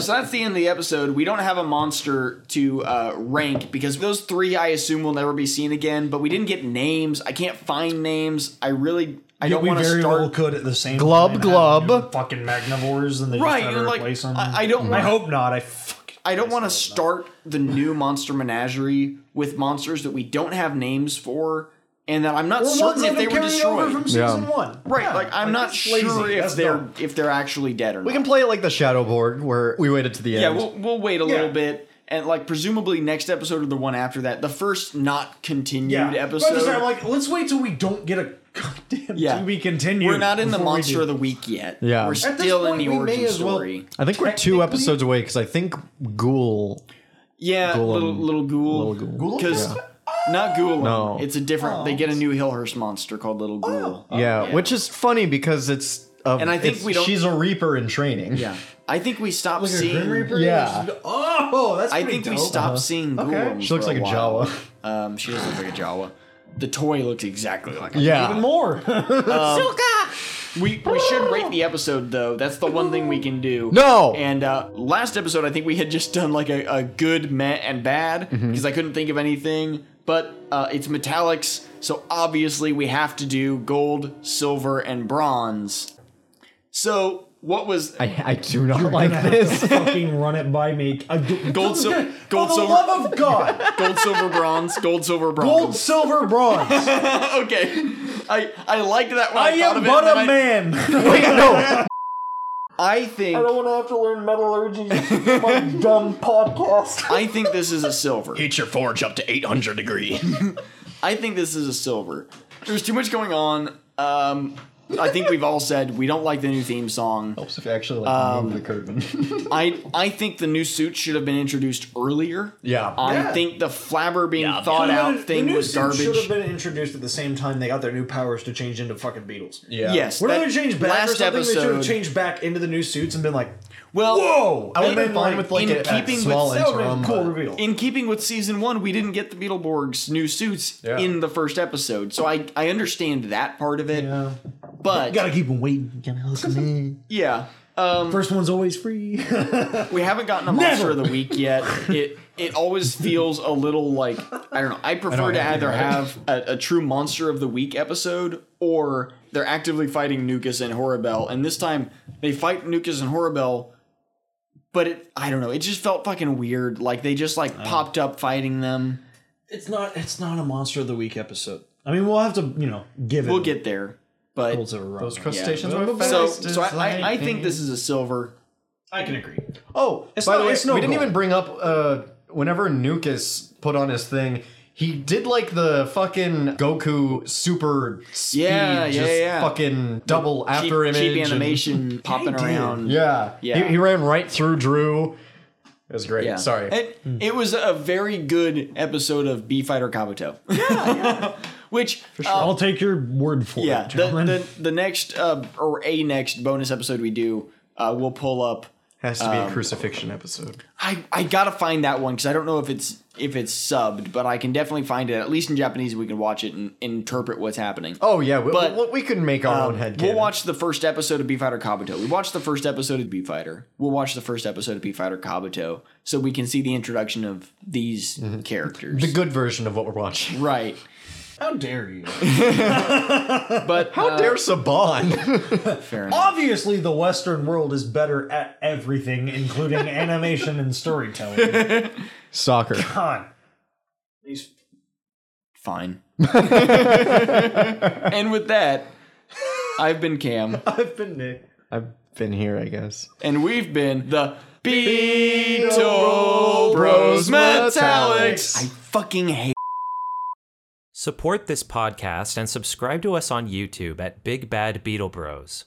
Speaker 1: So that's the end of the episode. We don't have a monster to uh, rank because those three, I assume, will never be seen again. But we didn't get names. I can't find names. I really, I don't
Speaker 2: we
Speaker 1: want to
Speaker 2: very well
Speaker 1: start.
Speaker 2: could at the same
Speaker 8: Glub,
Speaker 2: time have
Speaker 8: glub.
Speaker 2: new fucking magnivores and they
Speaker 1: Right,
Speaker 2: just try
Speaker 1: and,
Speaker 2: to
Speaker 1: like,
Speaker 2: replace them.
Speaker 1: I- I don't
Speaker 2: I
Speaker 1: wanna-
Speaker 2: hope not. I fucking
Speaker 1: I don't want to start the new monster menagerie with monsters that we don't have names for, and that I'm not certain if they were destroyed.
Speaker 2: from
Speaker 8: Yeah.
Speaker 2: season one.
Speaker 1: right, like I'm not
Speaker 2: that's
Speaker 1: sure
Speaker 2: lazy.
Speaker 1: if
Speaker 2: That's
Speaker 1: they're
Speaker 2: dumb.
Speaker 1: if they're actually dead or not.
Speaker 8: we can play it like the Shadow Board where we waited to the
Speaker 1: Yeah,
Speaker 8: end.
Speaker 1: we'll, we'll wait a little
Speaker 2: Yeah.
Speaker 1: bit. And like presumably next episode or the one after that, the first not continued
Speaker 2: yeah.
Speaker 1: episode.
Speaker 2: But I'm like, let's wait till we don't get a goddamn
Speaker 1: Yeah.
Speaker 2: to be continued.
Speaker 1: We're not in the
Speaker 2: before we
Speaker 1: monster
Speaker 2: do.
Speaker 1: of the week yet.
Speaker 8: Yeah.
Speaker 1: we're
Speaker 8: At
Speaker 2: this
Speaker 1: still in
Speaker 2: point,
Speaker 1: the
Speaker 2: we
Speaker 1: origin
Speaker 2: may as well-
Speaker 1: story.
Speaker 8: I think we're two
Speaker 2: Technically-
Speaker 8: episodes away because I think Ghoul.
Speaker 1: Yeah,
Speaker 8: Ghoul
Speaker 1: little
Speaker 8: and-
Speaker 1: little ghoul.
Speaker 8: Little Ghoul?
Speaker 1: because not ghoul.
Speaker 8: No.
Speaker 1: it's a different. They
Speaker 2: Oh.
Speaker 1: get a new Hillhurst monster called Little Ghoul.
Speaker 8: yeah, which is funny because it's. Of,
Speaker 1: Oh, And I think
Speaker 8: it's-
Speaker 1: we don't-
Speaker 8: She's a Reaper in training.
Speaker 1: yeah. I think we stopped
Speaker 2: Like a
Speaker 1: seeing.
Speaker 2: Grim Reaper?
Speaker 8: Yeah.
Speaker 2: Oh, that's
Speaker 1: I
Speaker 2: pretty
Speaker 1: think we
Speaker 2: dope.
Speaker 1: stopped seeing ghoul.
Speaker 2: Okay.
Speaker 1: ones
Speaker 8: She looks
Speaker 1: for
Speaker 8: like a
Speaker 1: while.
Speaker 8: Jawa.
Speaker 1: Um, she does look like a Jawa. The toy looks exactly like. A
Speaker 8: Yeah.
Speaker 2: Even
Speaker 1: Um,
Speaker 2: more.
Speaker 1: We, we should rate the episode though. That's the one thing we can do.
Speaker 8: No!
Speaker 1: And uh, last episode, I think we had just done like a, a good, meh, and bad
Speaker 8: Mm-hmm.
Speaker 1: because I couldn't think of anything. But uh, it's metallics, so obviously we have to do gold, silver, and bronze. So what was
Speaker 8: I, I do not like this.
Speaker 2: fucking run it by me. I do-
Speaker 1: Gold, sil-
Speaker 2: For
Speaker 1: gold,
Speaker 2: the
Speaker 1: silver,
Speaker 2: love of God,
Speaker 1: gold, silver, bronze, gold, silver,
Speaker 2: gold,
Speaker 1: bronze.
Speaker 2: silver, bronze.
Speaker 1: Okay, I I liked that one.
Speaker 2: I
Speaker 1: thought
Speaker 2: am
Speaker 1: of it,
Speaker 2: but
Speaker 1: and
Speaker 2: a
Speaker 1: then I-
Speaker 2: man.
Speaker 8: Wait, no.
Speaker 1: I think
Speaker 2: want to have to learn metallurgy. My dumb podcast.
Speaker 1: I think this is a silver.
Speaker 6: Heat your forge up to 800 degrees.
Speaker 1: I think this is a silver. There's too much going on. Um, I think we've all said we don't like the new theme song. Um,
Speaker 8: Helps if you actually like move the curtain.
Speaker 1: I I think the new suit should have been introduced earlier.
Speaker 8: yeah.
Speaker 1: I
Speaker 2: Yeah.
Speaker 1: think the flabber being
Speaker 6: Yeah,
Speaker 1: thought out
Speaker 2: the
Speaker 1: thing
Speaker 2: new
Speaker 1: was
Speaker 2: suit Should
Speaker 1: garbage.
Speaker 2: have been introduced at the same time they got their new powers to change into fucking beetles.
Speaker 8: yeah.
Speaker 1: Yes,
Speaker 2: We're not
Speaker 1: that-
Speaker 2: going to change back or
Speaker 1: last
Speaker 2: something. They should
Speaker 1: episode.
Speaker 2: have changed back into the new suits and been like, "Oh,
Speaker 1: well,
Speaker 2: "Whoa!"
Speaker 8: I would
Speaker 2: And
Speaker 8: have
Speaker 2: then,
Speaker 8: been fine with like
Speaker 1: in
Speaker 8: a, a
Speaker 1: keeping
Speaker 8: small
Speaker 1: with-
Speaker 2: that would have
Speaker 8: interim.
Speaker 2: been a cool
Speaker 8: but-
Speaker 2: reveal.
Speaker 1: in keeping with season one, we didn't get the Beetleborgs' new suits
Speaker 8: Yeah.
Speaker 1: in the first episode, so I I understand that part of it.
Speaker 2: yeah.
Speaker 1: But
Speaker 2: Gotta keep them waiting. Gotta listen.
Speaker 1: yeah,
Speaker 2: First one's always free.
Speaker 1: We haven't gotten a monster of the week yet. It it always feels a little like I don't know. I prefer to either have a, a true monster of the week episode or they're actively fighting Nukas and Horabel, and this time they fight Nukas and Horabel. Oh. But it, I don't know. It just felt fucking weird. Like they just like popped up fighting them,
Speaker 2: It's not. It's not a monster of the week episode. I mean, we'll have to, you know, give it.
Speaker 1: We'll get there, but
Speaker 2: Colts over
Speaker 3: Those
Speaker 2: Ramen.
Speaker 3: crustaceans
Speaker 1: Yeah.
Speaker 3: were
Speaker 1: so
Speaker 3: fast
Speaker 1: so I,
Speaker 3: as
Speaker 1: I, I think
Speaker 3: lightning.
Speaker 1: this is a silver.
Speaker 2: I can agree.
Speaker 3: Oh,
Speaker 2: It's
Speaker 3: by
Speaker 2: not-
Speaker 3: the way,
Speaker 2: it's no
Speaker 3: we didn't
Speaker 2: goal.
Speaker 3: even bring up uh, whenever Nukus put on his thing. He did like the fucking Goku super speed,
Speaker 1: Yeah, yeah,
Speaker 3: just
Speaker 1: yeah.
Speaker 3: fucking double
Speaker 1: Cheap,
Speaker 3: after image,
Speaker 1: cheap
Speaker 3: and-
Speaker 1: animation popping around.
Speaker 3: yeah,
Speaker 1: Yeah.
Speaker 3: He, he ran right through Drew. It was great.
Speaker 1: Yeah.
Speaker 3: Sorry.
Speaker 1: And it was a very good episode of B Fighter Kabuto. Yeah, Which uh,
Speaker 2: I'll take your word for
Speaker 1: yeah,
Speaker 2: it,
Speaker 1: the,
Speaker 2: gentlemen.
Speaker 1: the the next uh, or a next bonus episode we do, uh, we'll pull up.
Speaker 9: Has to be
Speaker 1: Um,
Speaker 9: a crucifixion episode.
Speaker 1: I, I gotta find that one because I don't know if it's if it's subbed, but I can definitely find it at least in Japanese. We can watch it and interpret what's happening.
Speaker 3: oh yeah, we,
Speaker 1: but, um,
Speaker 3: we, we could make our own head.
Speaker 1: We'll watch the first episode of B Fighter Kabuto. We watched the first episode of B Fighter. We'll watch the first episode of B Fighter Kabuto so we can see the introduction of these characters.
Speaker 3: the good version of what we're watching.
Speaker 1: right.
Speaker 2: How dare you?
Speaker 1: But
Speaker 3: How dare Saban?
Speaker 1: fair enough.
Speaker 2: Obviously, the Western world is better at everything, including animation and storytelling.
Speaker 3: Soccer.
Speaker 2: Con. These
Speaker 1: Fine. and with that, I've been Cam,
Speaker 2: I've been Nick.
Speaker 3: I've been here, I guess.
Speaker 1: and we've been the Beto Bros Metallics. I fucking hate.
Speaker 5: Support this podcast and subscribe to us on YouTube at Big Bad Beetle Bros.